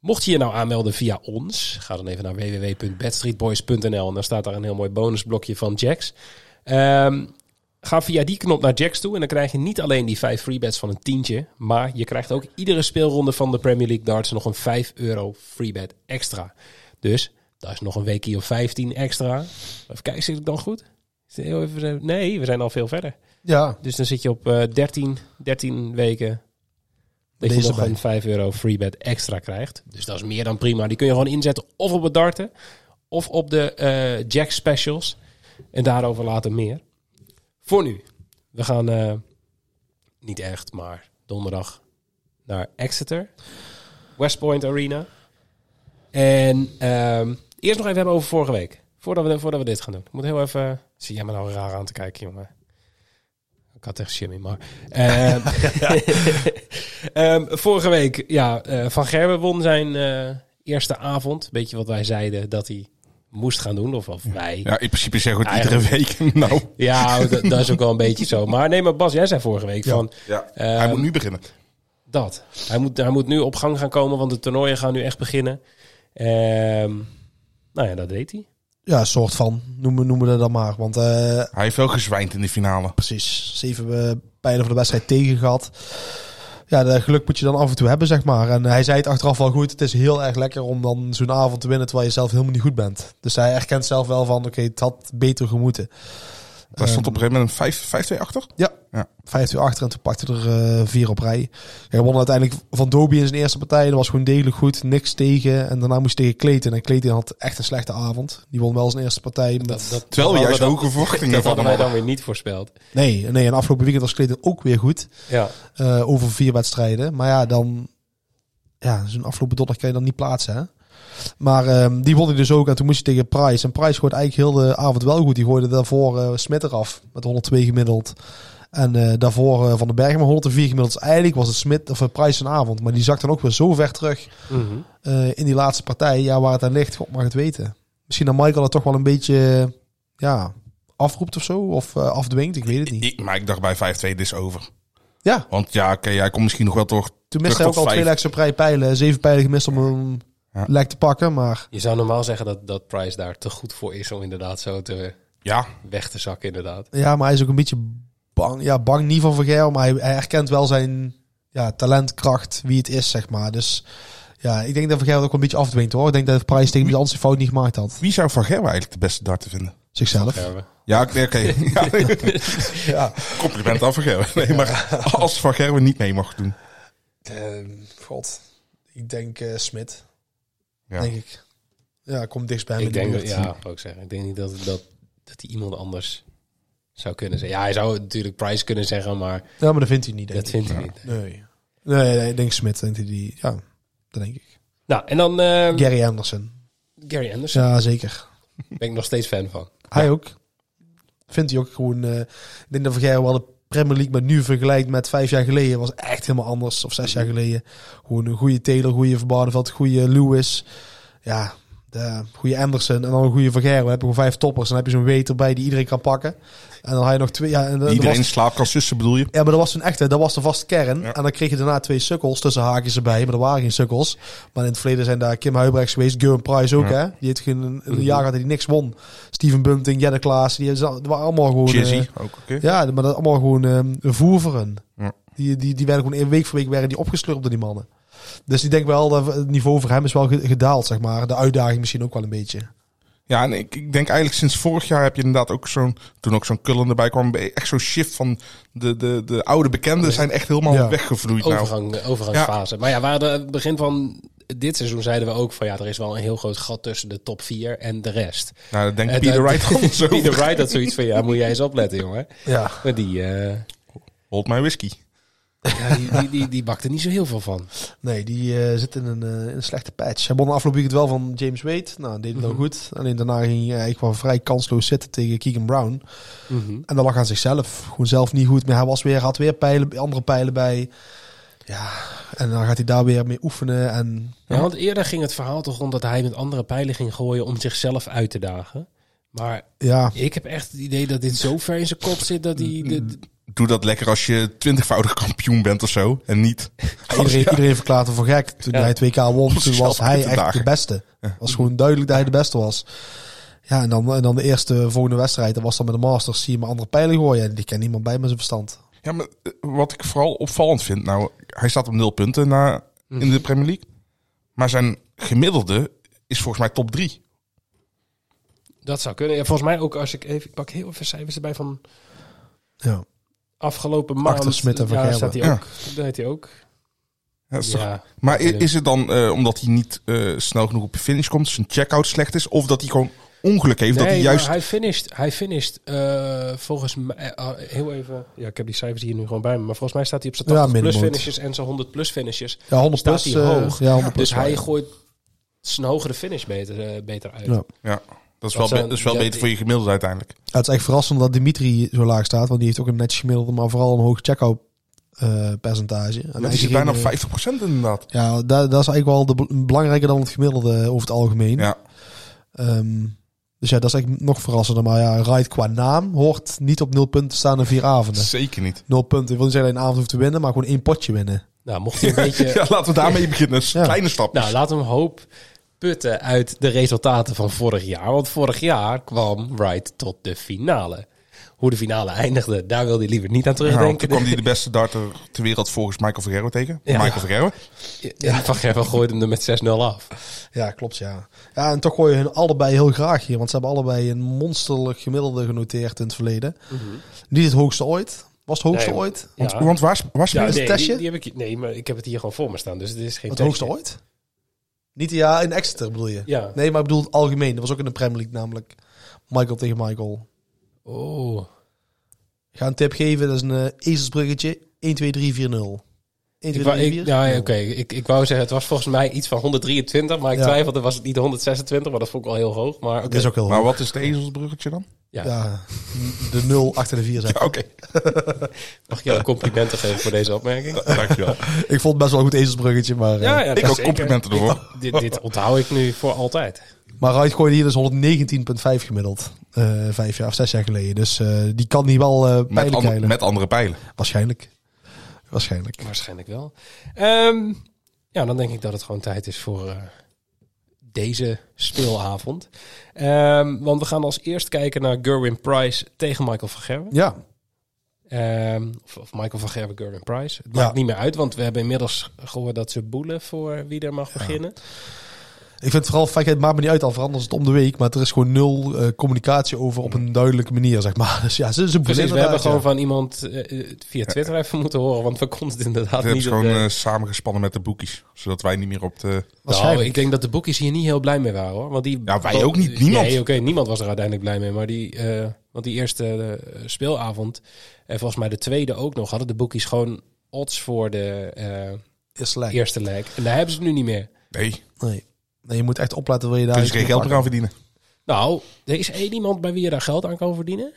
Speaker 6: Mocht je je nou aanmelden via ons, ga dan even naar www.bedstreetboys.nl en dan staat daar een heel mooi bonusblokje van Jax. Ehm, Ga via die knop naar Jacks toe en dan krijg je niet alleen die vijf free bets van een tientje, maar je krijgt ook iedere speelronde van de Premier League darts nog een 5 euro free bet extra. Dus dat is nog een weekje of 15 extra. Even kijken, zit ik dan goed? Is het heel even- Nee, we zijn al veel verder.
Speaker 8: Ja.
Speaker 6: Dus dan zit je op eh 13, 13 weken dat
Speaker 8: Deze
Speaker 6: je nog
Speaker 8: bij.
Speaker 6: een 5 euro free bet extra krijgt. Dus dat is meer dan prima. Die kun je gewoon inzetten of op het darten of op de eh Jack specials. En daarover later meer. Voor nu. We gaan eh, niet echt, maar donderdag naar Exeter. West Point Arena. En ehm, eerst nog even hebben over vorige week. Voordat we, voordat we dit gaan doen. Ik moet heel even... Zie jij me nou raar aan te kijken, jongen? Ik had echt Jimmy, maar... ehm, ehm, vorige week, ja, eh, Van Gerben won zijn eh, eerste avond. Beetje wat wij zeiden dat hij moest gaan doen. Of, of wij.
Speaker 7: Ja, in principe zeggen we het iedere week. Nou,
Speaker 6: Ja, dat, dat is ook wel een beetje zo. Maar nee, maar Bas, jij zei vorige week van
Speaker 7: ja.
Speaker 6: Ehm,
Speaker 7: hij moet nu beginnen.
Speaker 6: dat. Hij moet, hij moet nu op gang gaan komen, want de toernooien gaan nu echt beginnen. Ehm, nou ja, dat deed hij.
Speaker 8: Ja, soort van. Noemen, noemen we dat dan maar. Want eh,
Speaker 7: Hij heeft wel gezwijnd in de finale.
Speaker 8: precies, zeven eh, pijlen voor de wedstrijd tegen gehad. Ja, dat geluk moet je dan af en toe hebben, zeg maar. En eh, hij zei het achteraf wel goed. Het is heel erg lekker om dan zo'n avond te winnen terwijl je zelf helemaal niet goed bent. Dus hij erkent zelf wel van, oké, het had beter gemoeten.
Speaker 7: Daar stond op een gegeven moment een vijf- 5-2 achter.
Speaker 8: Ja.
Speaker 7: Ja.
Speaker 8: Vijf uur achter en toen pakte er eh, vier op rij. Hij won uiteindelijk van Doby in zijn eerste partij. Dat was gewoon degelijk goed. Niks tegen. En daarna moest hij tegen Clayton. En Clayton had echt een slechte avond. Die won wel zijn eerste partij. Met...
Speaker 7: Terwijl
Speaker 6: dat
Speaker 7: we juist
Speaker 6: hadden-
Speaker 7: hoge verwachtingen
Speaker 6: Dat
Speaker 7: van
Speaker 6: hadden
Speaker 7: hem
Speaker 6: wij
Speaker 7: hadden.
Speaker 6: dan weer niet voorspeld.
Speaker 8: Nee, nee, en afgelopen weekend was Clayton ook weer goed.
Speaker 6: Ja.
Speaker 8: eh, over vier wedstrijden. Maar ja, dan... Ja, zo'n afgelopen donderdag kan je dan niet plaatsen, hè? Maar ehm, die won hij dus ook. En toen moest hij tegen Price. En Price gooit eigenlijk heel de avond wel goed. Die gooide daarvoor eh Smit eraf. Met 102 gemiddeld. En eh, daarvoor eh, Van den Bergen maar 104 gemiddeld. Dus eigenlijk was het Smit of eh, Price een avond. Maar die zakt dan ook weer zo ver terug eh, in die laatste partij. Ja, waar het aan ligt, god mag het weten. Misschien dat Michael het toch wel een beetje eh, ja, afroept of zo. Of eh, afdwingt, ik weet het niet.
Speaker 7: Ik, maar ik dacht bij 5-2, dit is over.
Speaker 8: Ja,
Speaker 7: Want ja, oké, hij komt misschien nog wel toch
Speaker 8: toen miste hij ook
Speaker 7: terug
Speaker 8: al
Speaker 7: tot
Speaker 8: twee
Speaker 7: vijf.
Speaker 8: lekkere vrije pijlen. Zeven pijlen gemist om een
Speaker 7: Ja.
Speaker 8: lek te pakken. Maar
Speaker 6: Je zou normaal zeggen dat, dat Price daar te goed voor is om inderdaad zo te,
Speaker 7: Ja,
Speaker 6: weg te zakken, inderdaad.
Speaker 8: Ja, maar hij is ook een beetje bang. Ja, bang niet van Vergeer, maar hij, hij herkent wel zijn ja, talent, kracht, wie het is, zeg maar. Dus ja, ik denk dat Vergeer het ook een beetje afdwingt, hoor. Ik denk dat Price tegen die andere fout niet gemaakt had.
Speaker 7: wie zou Van Gerwen eigenlijk de beste darter vinden?
Speaker 8: Zichzelf.
Speaker 6: Gerwen.
Speaker 7: Ja, oké. oké. ja,
Speaker 8: Ja.
Speaker 7: compliment aan Van Gerwen. Nee, maar als Van Gerwen niet mee mag doen.
Speaker 6: Ehm,
Speaker 8: God, ik denk
Speaker 6: eh,
Speaker 8: Smit,
Speaker 7: Ja.
Speaker 8: denk ik. Ja, komt dichtst bij hem
Speaker 6: Ik denk dat, ja, wou ik zeggen. Ik denk niet dat, dat, dat hij iemand anders zou kunnen zeggen. Ja, hij zou natuurlijk Price kunnen zeggen, maar
Speaker 8: Ja, maar dat vindt hij niet, denk
Speaker 6: dat
Speaker 8: ik.
Speaker 6: vindt hij niet.
Speaker 8: Nee. Nee, nee, ik denk Smit, denkt hij die. Ja, dat denk ik.
Speaker 6: Nou, en dan eh,
Speaker 8: Gary Anderson.
Speaker 6: Gary Anderson.
Speaker 8: Ja, zeker.
Speaker 6: Ben ik nog steeds fan van.
Speaker 8: Hij ook. Vindt hij ook gewoon. eh, ik denk dat Vergeer wel de Premier League met nu vergelijkt met vijf jaar geleden. Was echt helemaal anders. Of zes jaar geleden. Gewoon een goede Taylor, goede Van Barneveld, goede Lewis. Ja, de goede Anderson en dan een goede Vergeer. Dan heb je gewoon vijf toppers. Dan heb je zo'n weter bij die iedereen kan pakken. En dan had je nog twee. Ja, en dat- dat
Speaker 7: Iedereen
Speaker 8: was-
Speaker 7: slaapt kan zussen, bedoel je?
Speaker 8: ja, maar dat was een echte, dat was de vaste kern.
Speaker 7: Ja.
Speaker 8: En dan kreeg je daarna twee sukkels tussen haakjes erbij, maar er waren geen sukkels. Maar in het verleden zijn daar Kim Huibrechts geweest, Gurren Price ook,
Speaker 7: Ja. Mhm.
Speaker 8: hè? Die heeft geen een jaar gehad dat hij niks won. Steven Bunting, Jelle Klaas, die zijn- dat waren allemaal gewoon.
Speaker 7: Jizzy,
Speaker 8: eh,
Speaker 7: ook oké.
Speaker 8: ja, maar dat allemaal gewoon ehm voerveren.
Speaker 7: Ja.
Speaker 8: Die, die, die werden gewoon week voor week werden die opgeslurpt door die mannen. Dus ik denk wel dat het niveau voor hem is wel ge- gedaald, zeg maar. De uitdaging misschien ook wel een beetje.
Speaker 7: Ja, en ik, ik denk eigenlijk sinds vorig jaar heb je inderdaad ook zo'n... Toen ook zo'n kullen erbij kwam, echt zo'n shift van de, de, de oude bekenden zijn echt helemaal
Speaker 8: Ja.
Speaker 7: weggevloeid nou.
Speaker 6: Overgang, overgangsfase. Maar ja, we hadden, aan het begin van dit seizoen zeiden we ook van ja, er is wel een heel groot gat tussen de top 4 en de rest.
Speaker 7: Nou, dat denkt
Speaker 6: En
Speaker 7: Peter
Speaker 6: dat-
Speaker 7: Wright gewoon zo.
Speaker 6: Peter Wright had zoiets van ja, moet jij eens opletten, jongen.
Speaker 8: Ja.
Speaker 6: Maar die, eh,
Speaker 7: Hold my whisky.
Speaker 6: ja, die, die, die, die bakte niet zo heel veel van.
Speaker 8: Nee, die eh, zit in een, eh, in een slechte patch. Hij won de afgelopen weekend wel van James Wade. Nou, deed het
Speaker 7: Mhm.
Speaker 8: wel goed. Alleen daarna ging hij eigenlijk wel vrij kansloos zitten tegen Keegan Brown.
Speaker 7: Mhm.
Speaker 8: En dat lag aan zichzelf. Gewoon zelf niet goed. Maar hij was weer, had weer pijlen, andere pijlen bij. Ja, en dan gaat hij daar weer mee oefenen. En
Speaker 6: Ja, want eerder ging het verhaal toch rond dat hij met andere pijlen ging gooien om zichzelf uit te dagen. Maar
Speaker 8: ja,
Speaker 6: ik heb echt het idee dat dit zo ver in zijn kop zit dat hij... de- de-
Speaker 7: Doe dat lekker als je twintigvoudig kampioen bent of zo. En niet...
Speaker 8: iedereen, iedereen verklaarde hem voor gek. Toen
Speaker 6: Ja.
Speaker 8: hij het WK won, toen
Speaker 7: zichzelf
Speaker 8: was hij
Speaker 7: uit te
Speaker 8: echt de
Speaker 7: dagen.
Speaker 8: beste. was gewoon duidelijk dat hij de beste was. Ja, en dan, en dan de eerste volgende wedstrijd. Dat was dan met de Masters. Zie je hem andere pijlen gooien. En die kent niemand bij met zijn verstand.
Speaker 7: Ja, maar eh, wat ik vooral opvallend vind, nou, hij staat op nul punten na, in de Premier League. Maar zijn gemiddelde is volgens mij top drie.
Speaker 6: dat zou kunnen. Ja, volgens mij ook als ik even... Ik pak heel even cijfers erbij van
Speaker 8: Ja.
Speaker 6: afgelopen maand.
Speaker 8: Achter Smit en Van
Speaker 6: ja,
Speaker 8: Gerwen.
Speaker 6: staat hij
Speaker 7: Ja.
Speaker 6: ook. Daar heet hij ook.
Speaker 7: Ja, dat is toch-
Speaker 6: Ja.
Speaker 7: maar i- is het dan eh, omdat hij niet eh, snel genoeg op de finish komt, zijn checkout slecht is, of dat hij gewoon ongeluk heeft, dat
Speaker 6: Nee,
Speaker 7: hij
Speaker 6: maar
Speaker 7: juist...
Speaker 6: hij finished, hij finished eh, volgens mij... eh, ah, heel even... Ja, ik heb die cijfers hier nu gewoon bij me. Maar volgens mij staat hij op zijn
Speaker 8: Ja,
Speaker 6: 80 plus
Speaker 8: middenmoot.
Speaker 6: finishes en zijn 100 plus finishes.
Speaker 8: Ja, 100
Speaker 6: Staat
Speaker 8: plus.
Speaker 6: hij
Speaker 8: eh,
Speaker 6: hoog?
Speaker 8: Ja, 100 plus.
Speaker 6: Dus hij gooit zijn hogere finish beter, eh, beter uit.
Speaker 8: Ja.
Speaker 7: Ja, dat is wel,
Speaker 6: Dat
Speaker 7: be-
Speaker 6: zou-
Speaker 7: dat is wel
Speaker 6: dat-
Speaker 7: beter voor je gemiddelde uiteindelijk.
Speaker 8: Ja, het is echt verrassend dat Dimitri zo laag staat, want die heeft ook een netjes gemiddelde, maar vooral een hoog checkout eh, percentage. En
Speaker 7: Maar die
Speaker 8: hij
Speaker 7: zit
Speaker 8: ging,
Speaker 7: bijna op
Speaker 8: eh,
Speaker 7: 50% inderdaad.
Speaker 8: Ja, dat, dat is eigenlijk wel de, bel- belangrijker dan het gemiddelde eh, over het algemeen.
Speaker 7: Ja,
Speaker 8: Ehm, dus ja, dat is eigenlijk nog verrassender. Maar ja, Wright qua naam hoort niet op nul punten te staan in vier avonden.
Speaker 7: zeker niet.
Speaker 8: Nul punten. Ik wil niet zeggen dat je een avond hoeft te winnen, maar gewoon één potje winnen.
Speaker 6: Nou, mocht hij een beetje...
Speaker 7: Ja, laten we daarmee beginnen. Dat is een
Speaker 8: Ja.
Speaker 7: Kleine stap.
Speaker 6: Nou, laat hem hoop putten uit de resultaten van vorig jaar. Want vorig jaar kwam Wright tot de finale. Hoe de finale eindigde, daar wil hij liever niet aan
Speaker 7: Ja, want
Speaker 6: terugdenken.
Speaker 7: toen kwam hij de beste darter ter wereld volgens Michael Vergerwe tegen.
Speaker 6: Ja.
Speaker 7: Michael Vergerwe.
Speaker 6: Ja, Van Gerwen gooit hem er met 6-0 af.
Speaker 8: Ja, klopt, ja. Ja, en toch gooi je hun allebei heel graag hier, want ze hebben allebei een monsterlijk gemiddelde genoteerd in het verleden. Niet het hoogste ooit. Was het hoogste
Speaker 6: Mhm. Nee,
Speaker 8: ooit?
Speaker 7: Want,
Speaker 6: Ja.
Speaker 7: want waar, waar
Speaker 6: Ja,
Speaker 7: speelde
Speaker 8: het
Speaker 6: nee,
Speaker 8: testje?
Speaker 6: die, die heb ik, nee, maar ik heb het hier gewoon voor me staan, dus het is geen
Speaker 8: Het
Speaker 6: testje.
Speaker 8: hoogste ooit? Niet ja, in Exeter bedoel je?
Speaker 6: Ja.
Speaker 8: Nee, maar ik bedoel het algemeen. Dat was ook in de Premier League namelijk. Michael tegen Michael.
Speaker 6: Oh,
Speaker 8: Ik ga een tip geven. Dat is een eh ezelsbruggetje. 1, 2, 3, 4, 0.
Speaker 6: Ik
Speaker 8: 1, 1, 2,
Speaker 6: wou,
Speaker 8: 3,
Speaker 6: ik, nou
Speaker 8: 4.
Speaker 6: ja, ja, oké. Ik, ik wou zeggen, het was volgens mij iets van 123, maar ik
Speaker 8: Ja.
Speaker 6: twijfelde, was het niet 126, maar dat vond ik wel heel hoog. Maar oké.
Speaker 8: Dat is ook heel
Speaker 7: Maar
Speaker 8: hoog.
Speaker 7: wat is het ezelsbruggetje dan?
Speaker 6: ja.
Speaker 8: Ja, de 0 achter de 4 zijn.
Speaker 7: Oké,
Speaker 6: Mag ik jou complimenten geven voor deze opmerking?
Speaker 7: dankjewel.
Speaker 8: Ik vond het best wel een goed ezelsbruggetje, maar... eh,
Speaker 6: dat
Speaker 7: Ik ook
Speaker 6: zeker.
Speaker 7: complimenten door. hoor.
Speaker 6: Dit, dit onthoud ik nu voor altijd.
Speaker 8: Maar Wright gooide hier dus 119,5 gemiddeld. eh vijf jaar of zes jaar geleden. Dus eh, die kan hier wel eh pijlen
Speaker 7: Met, andere,
Speaker 8: keilen.
Speaker 7: met andere pijlen.
Speaker 8: Waarschijnlijk. Waarschijnlijk.
Speaker 6: Waarschijnlijk wel. Ehm, ja, dan denk ik dat het gewoon tijd is voor eh, deze speelavond. Ehm, want we gaan als eerst kijken naar Gerwin Price tegen Michael van Gerwen.
Speaker 8: Ja,
Speaker 6: Ehm, of, of Michael van Gerwen, Gerwin Price. Het maakt
Speaker 8: Ja.
Speaker 6: niet meer uit, want we hebben inmiddels gehoord dat ze boelen voor wie er mag beginnen.
Speaker 8: ik vind vooral, fijn, het maakt me niet uit, al verandert het om de week. Maar er is gewoon nul eh, communicatie over op een duidelijke manier, zeg maar. Dus ja, ze, ze
Speaker 6: Precies, we
Speaker 8: inderdaad,
Speaker 6: hebben gewoon
Speaker 8: ja.
Speaker 6: van iemand eh, eh, via Twitter even moeten horen, want we konden het inderdaad
Speaker 7: Dit hebben
Speaker 6: niet.
Speaker 7: ze
Speaker 6: op
Speaker 7: gewoon
Speaker 6: de-
Speaker 7: eh, samengespannen met de boekies. Zodat wij niet meer op de...
Speaker 6: Nou,
Speaker 8: Waarschijnlijk.
Speaker 6: ik denk dat de boekjes hier niet heel blij mee waren hoor. Want die,
Speaker 7: Ja, wij ook niet. Niemand.
Speaker 6: Nee, oké, niemand was er uiteindelijk blij mee. Maar die, eh, want die eerste eh, speelavond, en volgens mij de tweede ook nog, hadden de boekjes gewoon odds voor de eh,
Speaker 8: Eerste lijn.
Speaker 6: eerste leg. En daar hebben ze het nu niet meer.
Speaker 7: Nee,
Speaker 8: Nee. nee, je moet echt opletten, wil je daar...
Speaker 7: dus geen
Speaker 8: iets
Speaker 7: geld
Speaker 8: mee
Speaker 7: meer aan verdienen.
Speaker 6: Nou, er is één iemand bij wie je daar geld aan kan verdienen.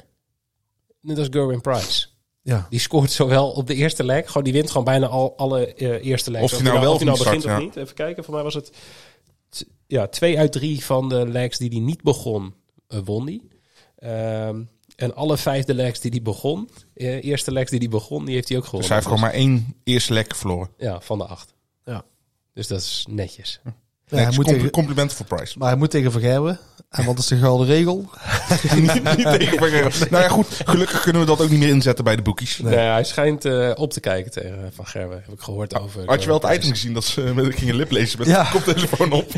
Speaker 6: En dat is Gerwin Price.
Speaker 8: Ja.
Speaker 6: Die scoort zowel op de eerste leg, gewoon die wint gewoon bijna al alle eh, eerste legs.
Speaker 7: Of die nou wel
Speaker 6: of die nou
Speaker 7: of niet
Speaker 6: begint
Speaker 7: start,
Speaker 6: of niet. Even kijken, voor mij was het t- ja, twee uit drie van de legs die die niet begon, eh, won die. Ehm, en alle vijfde legs die die begon, eh, eerste legs die die begon, die heeft hij ook gewonnen.
Speaker 7: Dus hij heeft gewoon maar één eerste lek verloren.
Speaker 6: Ja, van de acht.
Speaker 8: Ja.
Speaker 6: Dus dat is netjes.
Speaker 8: Ja, hij
Speaker 7: Netjes.
Speaker 8: moet
Speaker 7: Compl-
Speaker 8: tegen,
Speaker 7: dus Complimenten voor Price.
Speaker 8: maar hij moet tegen Vergerwen. En wat is de gouden regel?
Speaker 7: Niet tegen Van Gerwen. nou ja, goed. Gelukkig kunnen we dat ook niet meer inzetten bij de boekies.
Speaker 6: Nee, hij schijnt eh, op te kijken tegen Van Gerwen, heb ik gehoord over.
Speaker 7: Had je wel het
Speaker 6: Gerwin
Speaker 7: item gezien dat ze eh, met, gingen liplezen met
Speaker 8: Ja.
Speaker 7: de koptelefoon op?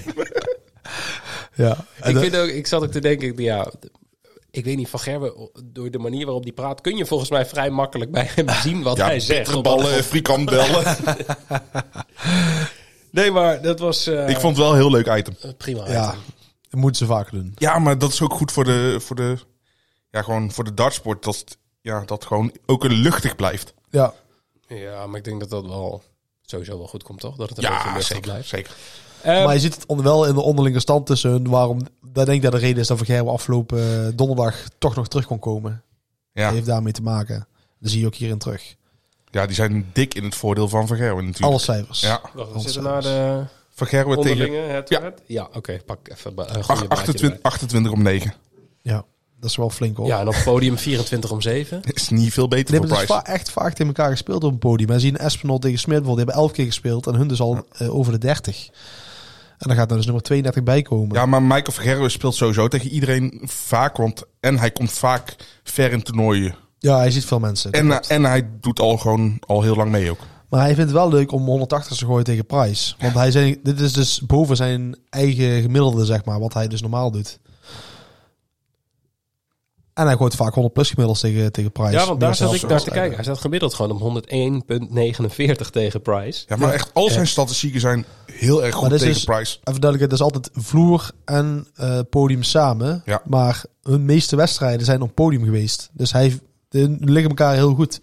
Speaker 8: Ja. En
Speaker 6: Ik,
Speaker 8: dat-
Speaker 6: vind ook, ik zat ook te denken, ik- ja, ik weet niet, Van Gerwen, door de manier waarop die praat, kun je volgens mij vrij makkelijk bij hem zien wat hij zegt.
Speaker 7: bittere
Speaker 6: Op dat-
Speaker 7: ballen, frikandellen.
Speaker 6: Nee, maar dat was eh,
Speaker 7: Ik vond het wel een heel leuk item.
Speaker 6: prima.
Speaker 8: ja, dat moeten ze vaker doen.
Speaker 7: Ja, maar dat is ook goed voor de, voor de, ja, gewoon voor de dartsport. Dat, het- ja, dat gewoon ook een luchtig blijft.
Speaker 8: Ja.
Speaker 6: Ja, maar ik denk dat dat wel sowieso wel goed komt, toch? Dat het een beetje
Speaker 7: Ja,
Speaker 6: rustig
Speaker 7: zeker,
Speaker 6: blijft.
Speaker 7: zeker.
Speaker 6: Ehm,
Speaker 8: Maar je ziet het on- wel in de onderlinge stand tussen hun waarom. Daar denk ik dat de reden is dat Van Gerwen afgelopen eh, donderdag toch nog terug kon komen.
Speaker 7: Ja.
Speaker 8: Dat heeft daarmee te maken. Dat zie je ook hierin terug.
Speaker 7: ja, die zijn dik in het voordeel van Van Gerwen natuurlijk.
Speaker 8: Alle cijfers.
Speaker 7: Ja,
Speaker 6: wacht, we zitten naar de
Speaker 7: Van Gerwen tegen
Speaker 6: onderlinge het
Speaker 7: Ja.
Speaker 6: het- Ja, oké, pak even ba- een goede
Speaker 7: ach-
Speaker 6: blaadje
Speaker 7: 28, 28 om 9.
Speaker 8: Ja, dat is wel flink hoor.
Speaker 6: erbij. Ja, en op podium 24 om 7.
Speaker 7: Is niet veel
Speaker 8: Die
Speaker 7: beter voor
Speaker 8: hebben dus
Speaker 7: Price.
Speaker 8: va- echt vaak tegen elkaar gespeeld op een podium. En zien Espinol tegen Smit bijvoorbeeld, die hebben elf keer gespeeld. En hun dus al eh, over de 30. En dan gaat er dus nummer 32 bij komen.
Speaker 7: Ja, maar Michael van Gerwen speelt sowieso tegen iedereen vaak. Want en hij komt vaak ver in toernooien.
Speaker 8: Ja, hij ziet veel mensen.
Speaker 7: En, eh, en hij doet al gewoon al heel lang mee ook.
Speaker 8: Maar hij vindt het wel leuk om 180 te gooien tegen Price. Want hij zijn, dit is dus boven zijn eigen gemiddelde, zeg maar, wat hij dus normaal doet. En hij gooit vaak 100 plus gemiddels tegen, tegen Price.
Speaker 6: Ja, want daar
Speaker 8: Meer
Speaker 6: zat ik
Speaker 8: zelfs-
Speaker 6: naar te kijken. Hij staat gemiddeld gewoon om 101,49 tegen Price.
Speaker 7: Ja, maar echt al zijn statistieken zijn heel erg goed
Speaker 8: dat is
Speaker 7: tegen
Speaker 8: dus-
Speaker 7: Price.
Speaker 8: Even duidelijk, dat is altijd vloer en eh, podium samen.
Speaker 7: Ja.
Speaker 8: Maar hun meeste wedstrijden zijn op podium geweest. Dus hij, de, liggen elkaar heel goed.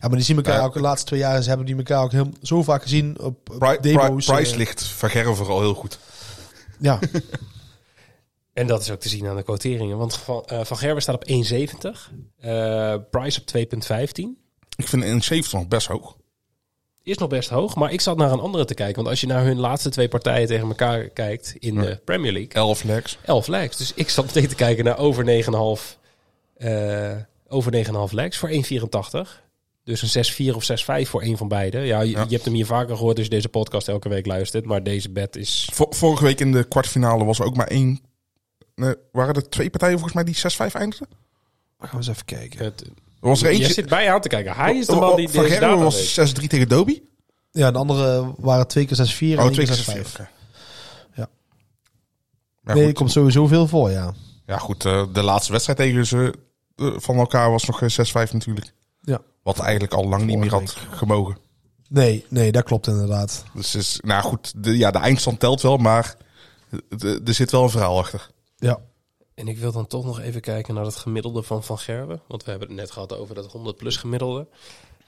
Speaker 8: Ja, maar die zien elkaar
Speaker 7: Ja.
Speaker 8: ook de laatste twee jaar. Ze hebben die elkaar ook heel, zo vaak gezien op, op
Speaker 7: Pri- Pri-
Speaker 8: demo's.
Speaker 7: Price
Speaker 8: eh,
Speaker 7: ligt van Gerwen vooral heel goed.
Speaker 8: Ja,
Speaker 6: En dat is ook te zien aan de quoteringen. Want Van, eh, Van Gerwen staat op 1,70. eh, Price op 2,15.
Speaker 7: Ik vind een 70 nog best hoog.
Speaker 6: Is nog best hoog. Maar ik zat naar een andere te kijken. Want als je naar hun laatste twee partijen tegen elkaar kijkt in de Premier League.
Speaker 7: 11 legs.
Speaker 6: 11 legs. Dus ik zat meteen te kijken naar over 9,5 eh over 9,5 legs voor 1,84. Dus een 6,4 of 6,5 voor een van beide. Ja, je,
Speaker 7: Ja.
Speaker 6: je hebt hem hier vaker gehoord als je deze podcast elke week luistert. Maar deze bet is...
Speaker 7: Vor- vorige week in de kwartfinale was er ook maar één... Nee, waren er twee partijen volgens mij die 6-5 eindigden?
Speaker 8: we gaan eens even kijken.
Speaker 6: Het,
Speaker 7: Er was er
Speaker 6: je
Speaker 7: eentje...
Speaker 6: zit bij je aan te kijken. Hij is de man die
Speaker 7: Oh, van
Speaker 6: deze
Speaker 7: Gerwen
Speaker 6: data weet.
Speaker 7: was 6-3 tegen Dobie.
Speaker 8: Ja, de andere waren twee keer 6-4 en
Speaker 7: Oh,
Speaker 8: één
Speaker 7: 2
Speaker 8: keer
Speaker 7: keer
Speaker 8: 6-5.
Speaker 7: 6-4. oké.
Speaker 8: Ja.
Speaker 7: Ja,
Speaker 8: nee,
Speaker 7: goed,
Speaker 8: er komt sowieso veel voor, ja.
Speaker 7: ja, goed eh, de laatste wedstrijd tegen ze eh, van elkaar was nog eh, 6-5 natuurlijk.
Speaker 8: Ja.
Speaker 7: Wat eigenlijk al lang niet meer had gemogen.
Speaker 8: Nee, nee, dat klopt inderdaad.
Speaker 7: Dus, is, nou goed, de, ja, de eindstand telt wel, maar de- er zit wel een verhaal achter.
Speaker 8: Ja.
Speaker 6: En ik wil dan toch nog even kijken naar het gemiddelde van Van Gerwen. Want we hebben het net gehad over dat 100 plus gemiddelde.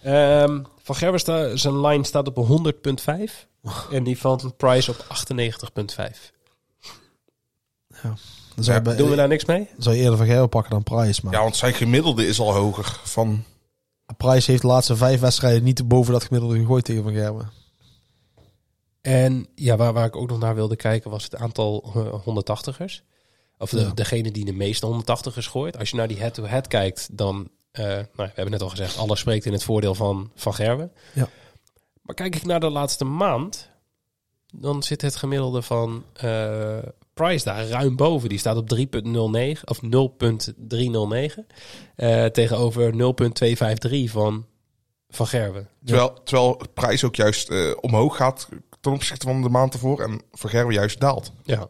Speaker 6: Ehm, van Gerber sta- zijn line staat op 100.5. En die van Price op 98.5.
Speaker 8: Dan zou, je, bij-
Speaker 6: Doen we daar niks mee?
Speaker 8: dan Dus zou je eerder van Gerber pakken dan Price. Maar
Speaker 7: Ja, want zijn gemiddelde is al hoger. Van,
Speaker 8: Price heeft de laatste vijf wedstrijden niet boven dat gemiddelde gegooid tegen van Gerber.
Speaker 6: En ja, waar, waar ik ook nog naar wilde kijken was het aantal eh, 180ers. Of de,
Speaker 8: Ja.
Speaker 6: degene die de meeste 180ers gooit. Als je naar die head-to-head kijkt, dan... eh, nou, we hebben net al gezegd, alles spreekt in het voordeel van Van Gerwen.
Speaker 8: Ja.
Speaker 6: Maar kijk ik naar de laatste maand, dan zit het gemiddelde van eh, Price daar ruim boven. Die staat op 3.09 of 0.309 eh, tegenover 0.253 van Van Gerwen.
Speaker 7: terwijl, terwijl de prijs ook juist eh, omhoog gaat ten opzichte van de maand ervoor. En voor Gerwe juist daalt.
Speaker 6: Ja,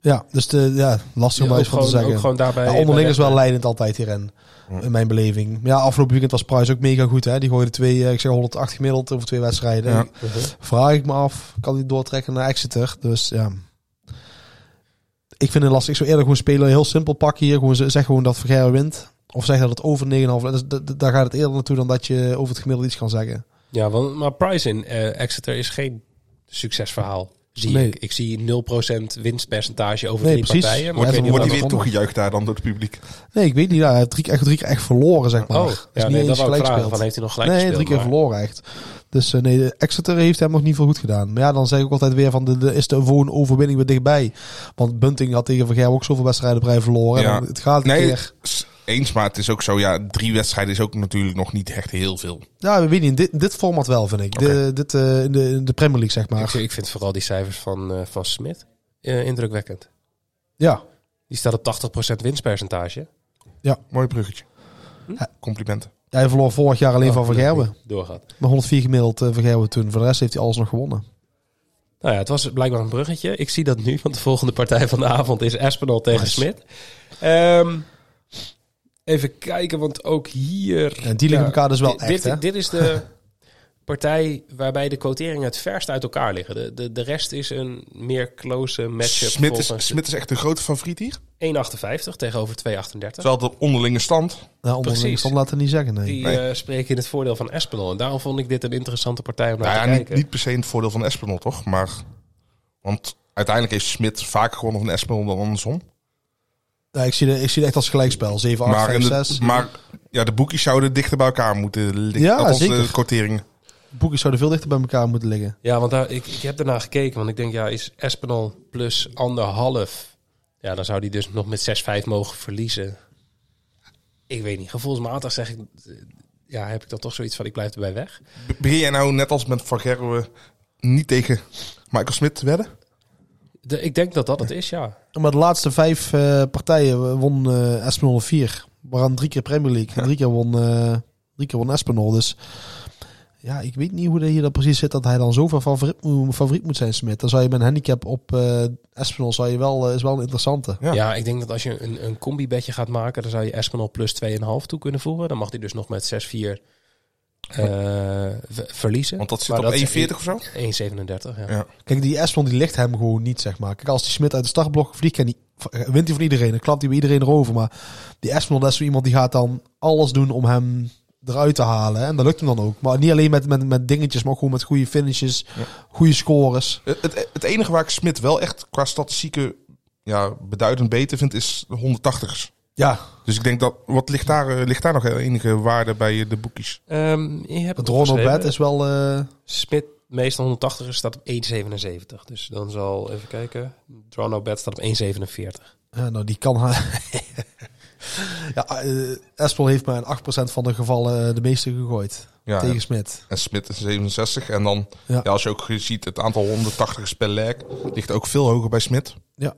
Speaker 8: Ja, dus de, ja, lastig om daar
Speaker 6: ook
Speaker 8: iets van
Speaker 6: gewoon,
Speaker 8: te zeggen.
Speaker 6: ook gewoon daarbij.
Speaker 8: Ja, onderling is
Speaker 6: bij-
Speaker 8: wel leidend altijd hier in, in mijn beleving. Ja, afgelopen weekend was Price ook mega goed. Hè? Die gooide twee, eh, ik zeg 108 gemiddeld over twee wedstrijden.
Speaker 7: Ja.
Speaker 8: Ik- Vraag ik me af, kan die doortrekken naar Exeter? Dus ja. Ik vind het lastig. Ik zou eerder gewoon spelen heel simpel pakken hier. Gewoon z- zeg gewoon dat Vergeer wint. Of zeg dat het over 9,5... is. D- d- Daar gaat het eerder naartoe dan dat je over het gemiddelde iets kan zeggen.
Speaker 6: Ja, want, maar Price in eh, Exeter is geen succesverhaal. Zie
Speaker 8: Nee.
Speaker 6: ik. Ik zie 0% winstpercentage over
Speaker 8: Nee,
Speaker 6: drie
Speaker 8: precies.
Speaker 6: partijen. Maar
Speaker 8: Wordt-
Speaker 6: ik weet niet
Speaker 7: Wordt
Speaker 6: wat
Speaker 7: hij
Speaker 8: dat
Speaker 7: weer
Speaker 8: wonder.
Speaker 7: toegejuicht daar dan door het publiek?
Speaker 8: Nee, ik weet niet. Ja, hij heeft drie, echt drie keer echt verloren, zeg maar.
Speaker 6: Oh,
Speaker 8: Is
Speaker 6: ja,
Speaker 8: niet
Speaker 6: nee, dat
Speaker 8: eens
Speaker 6: wou ik
Speaker 8: gelijk
Speaker 6: vragen.
Speaker 8: gespeeld.
Speaker 6: Van heeft hij nog gelijk
Speaker 8: nee,
Speaker 6: gespeeld?
Speaker 8: drie keer
Speaker 6: maar-
Speaker 8: verloren echt. Dus eh, nee, de Exeter heeft hem nog niet veel goed gedaan. Maar ja, dan zeg ik ook altijd weer van, de, de, is de voor een overwinning weer dichtbij? Want Bunting had tegen Vergeer ook zoveel wedstrijden op rij verloren.
Speaker 7: Ja.
Speaker 8: En dan- het gaat een
Speaker 7: Nee,
Speaker 8: keer...
Speaker 7: s- eens. Maar het is ook zo, ja, drie wedstrijden is ook natuurlijk nog niet echt heel veel.
Speaker 8: Ja, we weten niet. Dit, dit format wel, vind ik. De, dit, eh, in de, in de Premier League, zeg
Speaker 6: Ik,
Speaker 8: maar.
Speaker 6: ik vind vooral die cijfers van, eh, van Smit eh, indrukwekkend.
Speaker 8: Ja.
Speaker 6: Die staat op 80% winstpercentage.
Speaker 7: Mooi bruggetje.
Speaker 6: Hm?
Speaker 7: Complimenten.
Speaker 8: Ja, Hij verloor vorig jaar alleen van Van Gerwen.
Speaker 6: Doorgaat.
Speaker 8: Maar 104 gemiddeld eh, Van Gerwen toen. Voor de rest heeft hij alles nog gewonnen.
Speaker 6: Nou ja, het was blijkbaar een bruggetje. Ik zie dat nu, want de volgende partij van de avond is Espinal tegen Smit. Ehm, even kijken, want ook hier...
Speaker 8: En die liggen
Speaker 6: Ja,
Speaker 8: elkaar dus wel
Speaker 6: dit,
Speaker 8: echt,
Speaker 6: dit,
Speaker 8: hè?
Speaker 6: dit is de partij waarbij de quoteringen het verst uit elkaar liggen. De, de, de rest is een meer close matchup
Speaker 7: Smit is,
Speaker 6: volgens
Speaker 7: Smit is echt de grote favoriet hier.
Speaker 6: 1,58 tegenover 2,38.
Speaker 7: Terwijl de onderlinge stand.
Speaker 8: nou, onderling
Speaker 6: precies.
Speaker 8: stand laten niet zeggen, nee.
Speaker 6: Die eh, spreken in het voordeel van Espinol. En daarom vond ik dit een interessante partij om naar
Speaker 7: Nou
Speaker 6: te
Speaker 7: ja, niet,
Speaker 6: kijken.
Speaker 7: niet per se in het voordeel van Espinol, toch? Maar, want uiteindelijk heeft Smit vaker gewonnen van Espinol dan andersom.
Speaker 8: Ja, ik, zie de, ik zie het echt als gelijkspel. 7, 8,
Speaker 7: Maar, in
Speaker 8: 5,
Speaker 7: de,
Speaker 8: 6.
Speaker 7: maar ja, de boekjes zouden dichter bij elkaar moeten liggen. eh,
Speaker 8: Ja,
Speaker 7: Althans, de
Speaker 8: zeker.
Speaker 7: quoteringen.
Speaker 8: Boekjes zouden veel dichter bij elkaar moeten liggen.
Speaker 6: Ja, want daar, ik, ik heb daarna gekeken. Want ik denk, ja, is Espinol plus anderhalf... Ja, dan zou die dus nog met 6,5 mogen verliezen. Ik weet niet. Gevoelsmatig zeg ik... eh, Ja, heb ik dan toch zoiets van, ik blijf erbij weg.
Speaker 7: Be- Begin jij nou net als met Van Gerwen niet tegen Michael Smit te wedden?
Speaker 6: De- ik denk dat dat het is, ja.
Speaker 8: Maar de laatste vijf eh, partijen won eh Espinol 4. Waaraan drie keer Premier League. En drie keer won, eh drie keer won Espinol. Dus ja, ik weet niet hoe dat hier dan precies zit dat hij dan zoveel favoriet, moet- favoriet moet zijn, Smit. Dan zou je met een handicap op eh Espinol zou je wel, eh, is wel een interessante.
Speaker 7: Ja.
Speaker 6: Ja. ik denk dat als je een, een combi-bedje gaat maken, dan zou je Espinal plus 2,5 toe kunnen voeren. Dan mag hij dus nog met 6-4 eh, v- verliezen.
Speaker 7: Want dat zit
Speaker 6: Maar
Speaker 7: op
Speaker 6: is
Speaker 7: 1,40 of zo.
Speaker 6: 1,37, ja.
Speaker 7: Ja.
Speaker 8: Kijk, die Espinol die ligt hem gewoon niet, zeg maar. Kijk, als die Smit uit de startblok vliegt, kan die, wint hij van iedereen. Dan klapt hij bij iedereen erover. Maar die Espinol, dat is zo iemand die gaat dan alles doen om hem eruit te halen. hè. En dat lukt hem dan ook. Maar niet alleen met, met, met dingetjes, maar ook gewoon met goede finishes, goede scores.
Speaker 7: Het, Eh, het, het enige waar ik Smit wel echt qua statistieken ja, beduidend beter vind, is de 180ers.
Speaker 8: Ja,
Speaker 7: Dus ik denk dat, wat ligt daar, eh, ligt daar nog enige waarde bij eh, de boekjes?
Speaker 6: Ehm, je hebt
Speaker 8: het Ron op
Speaker 6: opgeschreven,
Speaker 8: bed is wel... eh,
Speaker 6: Smit, meestal 180 is, staat op 1,77. Dus dan zal, even kijken, Draw No Bad staat op 1,47.
Speaker 8: ja, nou, die kan... haar- ja, eh, Espinol heeft maar in 8% van de gevallen eh, de meeste gegooid
Speaker 7: Ah, Ja,
Speaker 8: tegen Smit.
Speaker 7: En Smit is 67. En dan, ja.
Speaker 8: Ja.
Speaker 7: als je ook ziet, het aantal 180 per leg ligt ook veel hoger bij Smit.
Speaker 8: Ja.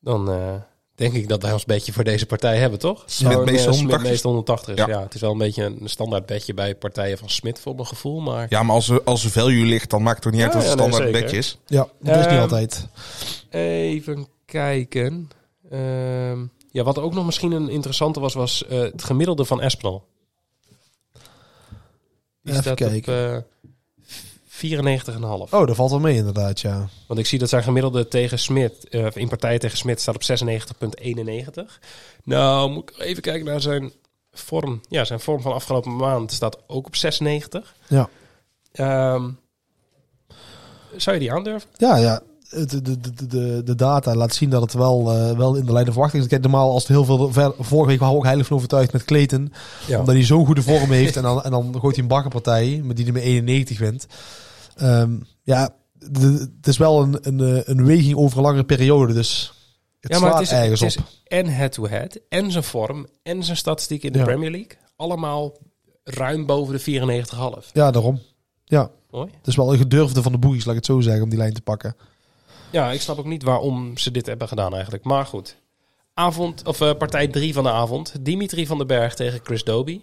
Speaker 6: Dan eh, denk ik dat wij ons bedje voor deze partij hebben, toch?
Speaker 7: Smit
Speaker 6: Gewoon, eh,
Speaker 7: meestal
Speaker 6: Smit
Speaker 7: 180.
Speaker 6: meestal 180 is,
Speaker 7: Ja.
Speaker 6: ja. Het is wel een beetje een standaard bedje bij partijen van Smit, voor mijn gevoel, maar...
Speaker 7: Ja, maar als er, als er value ligt, dan maakt het toch niet uit
Speaker 6: Ja,
Speaker 7: wat het
Speaker 6: ja, nee,
Speaker 7: standaard
Speaker 6: zeker.
Speaker 7: bedje is.
Speaker 8: Ja, dat is niet
Speaker 6: Ehm,
Speaker 8: altijd.
Speaker 6: Even kijken. Ehm, ja, wat ook nog misschien een interessante was, was eh, het gemiddelde van Espinal. Die
Speaker 8: Even
Speaker 6: staat op eh 94,5.
Speaker 8: Oh, dat valt wel mee inderdaad, ja.
Speaker 6: Want ik zie dat zijn gemiddelde tegen Smit, eh, in partijen tegen Smit, staat op 96,91. Nou, moet ik even kijken naar zijn vorm, ja, zijn vorm van afgelopen maand staat ook op 96.
Speaker 8: Ja.
Speaker 6: Ehm, zou je die aandurven?
Speaker 8: Ja, ja. het- De, de, de- de, de data laat zien dat het wel, eh, wel in de lijn der verwachting is. Kijk, normaal als het heel veel... ver- vorige week waren we ook heilig van overtuigd met Clayton.
Speaker 6: Ja.
Speaker 8: Omdat hij zo'n goede vorm heeft. En dan, en dan gooit hij een bakkenpartij met die nummer 91 wint. Ehm, ja, de- het is wel een, een, eh, een weging over een langere periode. Dus het
Speaker 6: ja, maar
Speaker 8: slaat
Speaker 6: het is,
Speaker 8: ergens
Speaker 6: het is
Speaker 8: op.
Speaker 6: en head-to-head, en zijn vorm, en zijn statistiek in de
Speaker 8: Ja.
Speaker 6: Premier League. Allemaal ruim boven de 94,5.
Speaker 8: Ja, daarom. Ja,
Speaker 6: Mooi.
Speaker 8: het is wel een gedurfde van de boekies, laat ik het zo zeggen, om die lijn te pakken.
Speaker 6: Ja, ik snap ook niet waarom ze dit hebben gedaan eigenlijk. Maar goed. Avond, of eh, partij 3 van de avond. Dimitri van den Berg tegen Chris Doby.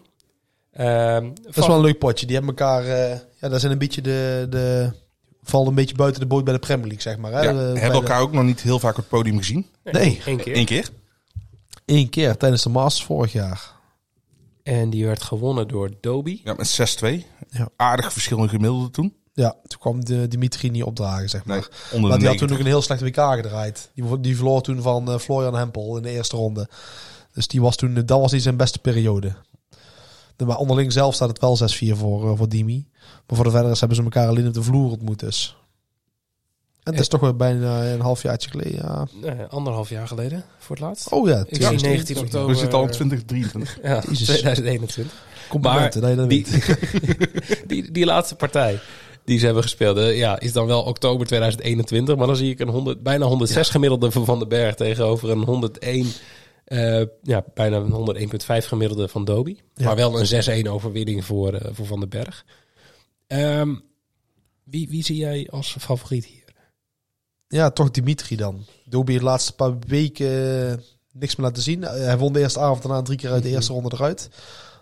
Speaker 6: Ehm,
Speaker 8: Dat is wel een leuk potje. Die hebben elkaar... eh, ja, daar zijn een beetje de... de vallen een beetje buiten de boot bij de Premier League, zeg maar. Hè?
Speaker 7: Ja,
Speaker 8: Eh, bij
Speaker 7: hebben
Speaker 8: de-
Speaker 7: elkaar ook nog niet heel vaak op het podium gezien.
Speaker 8: Nee.
Speaker 6: één keer.
Speaker 7: Eén keer.
Speaker 8: Eén keer tijdens de Masters vorig jaar.
Speaker 6: En die werd gewonnen door Doby.
Speaker 7: Ja, met 6-2.
Speaker 8: Ja.
Speaker 7: Aardig verschil in gemiddelde toen.
Speaker 8: Ja, toen kwam de Dimitri niet opdragen, zeg maar.
Speaker 7: Nee, onder
Speaker 8: maar
Speaker 7: de
Speaker 8: die had toen
Speaker 7: 90.
Speaker 8: ook een heel slecht WK gedraaid. Die, wo- die verloor toen van eh, Florian Hempel in de eerste ronde. Dus die was toen, eh, dat was niet zijn beste periode. De, maar onderling zelf staat het wel 6-4 voor, eh, voor Dimi. Maar voor de verdere hebben ze elkaar alleen op de vloer ontmoet dus. En
Speaker 7: Eh.
Speaker 8: het is toch weer bijna een halfjaartje geleden. Ja.
Speaker 6: Eh, anderhalf jaar geleden voor het laatst.
Speaker 8: Oh ja,
Speaker 6: Ik
Speaker 8: ja,
Speaker 6: zie 19 oktober.
Speaker 7: We zitten al in
Speaker 8: eh,
Speaker 7: 2023.
Speaker 6: Ja,
Speaker 8: Jezus.
Speaker 6: 2021.
Speaker 8: complimenten dat je dat
Speaker 6: Die,
Speaker 8: weet.
Speaker 6: die, die laatste partij die ze hebben gespeeld, eh, ja, is dan wel oktober 2021. Maar dan zie ik een 100, bijna 106 gemiddelde van Van den Berg tegenover een 101, eh, ja, bijna een 101,5 gemiddelde van Doby.
Speaker 8: Ja.
Speaker 6: Maar wel een 6-1 overwinning voor, eh, voor Van den Berg. Ehm, wie, wie zie jij als favoriet hier?
Speaker 8: Ja, toch Dimitri dan. Doby heeft de laatste paar weken eh, niks meer laten zien. Eh, Hij won de eerste avond daarna drie keer uit de eerste ronde eruit.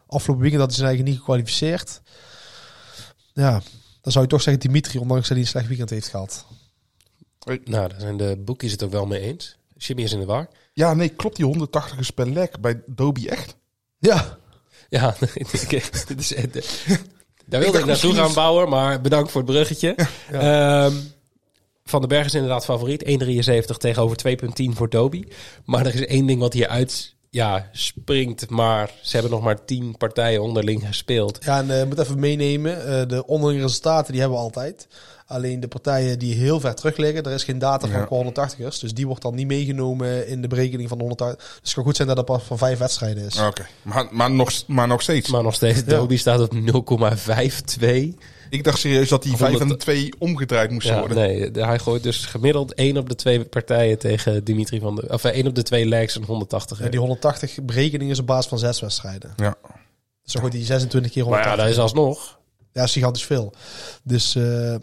Speaker 8: Afgelopen weekend had hij zijn eigen niet gekwalificeerd. Ja, dan zou je toch zeggen Dimitri, ondanks dat hij een slecht weekend heeft gehad.
Speaker 6: Nou, daar zijn de boekjes het ook wel mee eens. Jimmy is in de war.
Speaker 7: Ja, nee, klopt die 180 is per lek bij Dobie echt?
Speaker 8: Ja,
Speaker 6: Ja, ik- dit is, eh, de- daar wilde ik,
Speaker 7: dacht
Speaker 6: naartoe
Speaker 7: misschien
Speaker 6: gaan
Speaker 7: is-
Speaker 6: bouwen, maar bedankt voor het bruggetje. Ehm, Van den Berg is inderdaad favoriet. 1,73 tegenover 2,10 voor Doby. Maar er is één ding wat hier uit ja, springt. Maar ze hebben nog maar 10 partijen onderling gespeeld.
Speaker 8: ja en eh, ik moet even meenemen. eh, de onderlinge resultaten die hebben we altijd. Alleen de partijen die heel ver terug liggen, er is geen data
Speaker 7: Ja.
Speaker 8: van qua 180ers. Dus die wordt dan niet meegenomen in de berekening van de 180. Dus het kan goed zijn dat dat pas van vijf wedstrijden is.
Speaker 7: Ah, Oké, maar, maar, nog, maar nog steeds.
Speaker 6: Maar nog steeds, Doby staat op 0,52.
Speaker 7: ik dacht serieus dat die 5 en de 2 omgedraaid moesten
Speaker 6: Ja,
Speaker 7: worden.
Speaker 6: nee, de- hij gooit dus gemiddeld 1 op de 2 partijen tegen Dimitri van de... Of 1 op de 2 legs en 180.
Speaker 8: Ja, die 180 berekening is op basis van zes wedstrijden.
Speaker 7: Ja.
Speaker 8: Dus dan gooit hij 26 keer
Speaker 6: maar ja,
Speaker 8: 180.
Speaker 6: dat is alsnog...
Speaker 8: Ja, is gigantisch veel. Dus, eh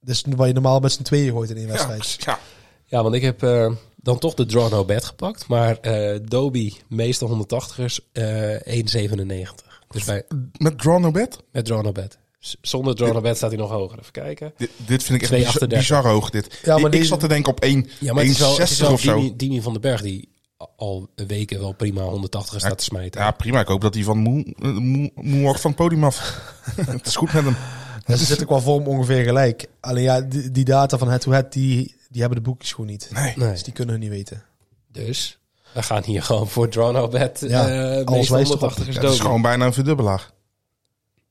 Speaker 8: dus waar je normaal met z'n tweeën gooit in één
Speaker 7: Ja,
Speaker 8: wedstrijd.
Speaker 7: ja.
Speaker 6: Ja, want ik heb eh, dan toch de draw no bet gepakt. Maar eh Doby, meeste 180ers, eh 1,97. Dus bij,
Speaker 7: Met draw no bet?
Speaker 6: met draw no bet. Z- Zonder draw no bet staat hij nog hoger. Even kijken.
Speaker 7: Dit, dit vind ik echt
Speaker 6: 2,38.
Speaker 7: bizar, bizar hoog. Dit.
Speaker 8: Ja, maar
Speaker 7: ik, ik
Speaker 8: die-
Speaker 7: zat te denken op 1,
Speaker 6: Ja, maar het is wel, het is
Speaker 7: 1,60
Speaker 6: wel
Speaker 7: of zo.
Speaker 6: Dini, Dini van den Berg die al weken wel prima 180 staat te smijten.
Speaker 7: Ja, prima. Ik hoop dat hij van moe, eh, moe, moe ook van het podium af. het is goed met hem.
Speaker 8: En ze zitten qua vorm ongeveer gelijk. Alleen ja, die, die data van head-to-head, die, die hebben de boekjes gewoon niet.
Speaker 7: Nee.
Speaker 6: Nee.
Speaker 8: Dus die kunnen hun niet weten.
Speaker 6: Dus we gaan hier gewoon voor draw no bet.
Speaker 8: Ja,
Speaker 6: eh
Speaker 8: alles
Speaker 6: meeste
Speaker 8: wijst erop.
Speaker 6: 180ers
Speaker 7: Ja,
Speaker 6: Doby.
Speaker 7: dat is gewoon bijna een verdubbelaar.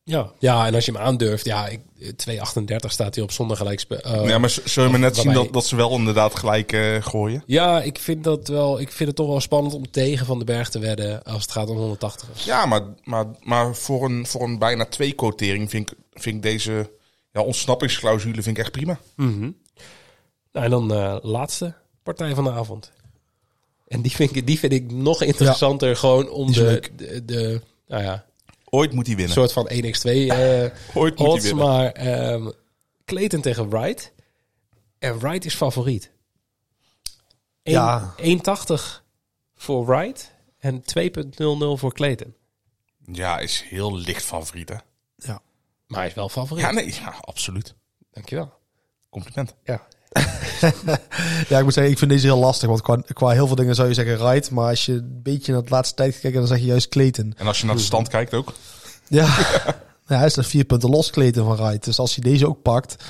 Speaker 6: ja. ja, en als je hem aandurft, ja, ik- 2,38 staat hij op zonder gelijkspel. eh,
Speaker 7: ja, maar z- zul je me net zien
Speaker 6: waarbij-
Speaker 7: dat, dat ze wel inderdaad gelijk eh, gooien?
Speaker 6: Ja, ik vind dat wel. Ik vind het toch wel spannend om tegen Van den Berg te wedden als het gaat om 180.
Speaker 7: Ja, maar, maar, maar voor, een, voor een bijna twee quotering vind ik, vind ik deze ja, ontsnappingsclausule vind ik echt prima.
Speaker 6: Nou, en dan eh laatste partij van de avond. En die vind ik, die vind ik nog interessanter, gewoon om
Speaker 8: is
Speaker 6: de,
Speaker 8: leuk.
Speaker 6: de, de nou ja,
Speaker 7: Ooit moet hij winnen.
Speaker 6: soort van 1x2 eh
Speaker 7: Ooit moet hij
Speaker 6: odds.
Speaker 7: winnen.
Speaker 6: Maar ehm Clayton tegen Wright. En Wright is favoriet. Eén-
Speaker 8: Ja.
Speaker 6: 1,80 voor Wright en 2,00 voor Clayton.
Speaker 7: Ja, is heel licht favoriet, hè?
Speaker 6: Maar hij is wel favoriet.
Speaker 7: Ja, nee, ja, absoluut.
Speaker 6: Dankjewel.
Speaker 7: Compliment.
Speaker 6: Ja.
Speaker 8: Ja, ik moet zeggen, ik vind deze heel lastig. Want qua, qua heel veel dingen zou je zeggen right. Maar als je een beetje naar het laatste tijd kijkt, dan zeg je juist Clayton.
Speaker 7: En als je naar de stand kijkt ook.
Speaker 8: Ja. ja, hij staat vier punten los Clayton van Wright. Dus als hij deze ook pakt,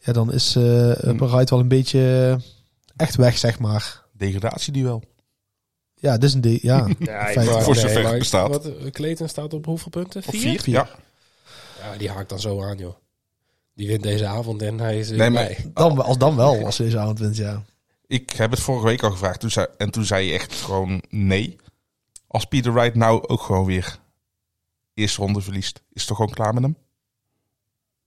Speaker 8: ja, dan is eh Wright wel een beetje eh, echt weg, zeg maar.
Speaker 7: Degradatieduel.
Speaker 8: Ja, dit is een D. Ja.
Speaker 6: Ja,
Speaker 8: Feit.
Speaker 7: Voor zover het bestaat.
Speaker 6: Wat, eh, Clayton staat op hoeveel punten?
Speaker 7: Op vier?
Speaker 8: Vier.
Speaker 7: Ja.
Speaker 6: Ja, die haakt dan zo aan, joh. Die wint deze avond en hij is
Speaker 7: Nee,
Speaker 6: nee,
Speaker 7: maar-
Speaker 6: bij.
Speaker 8: Dan, als dan wel, als deze avond wint, ja.
Speaker 7: Ik heb het vorige week al gevraagd toen zei, en toen zei je echt gewoon nee. Als Peter Wright nou ook gewoon weer eerste ronde verliest, is het toch gewoon klaar met hem?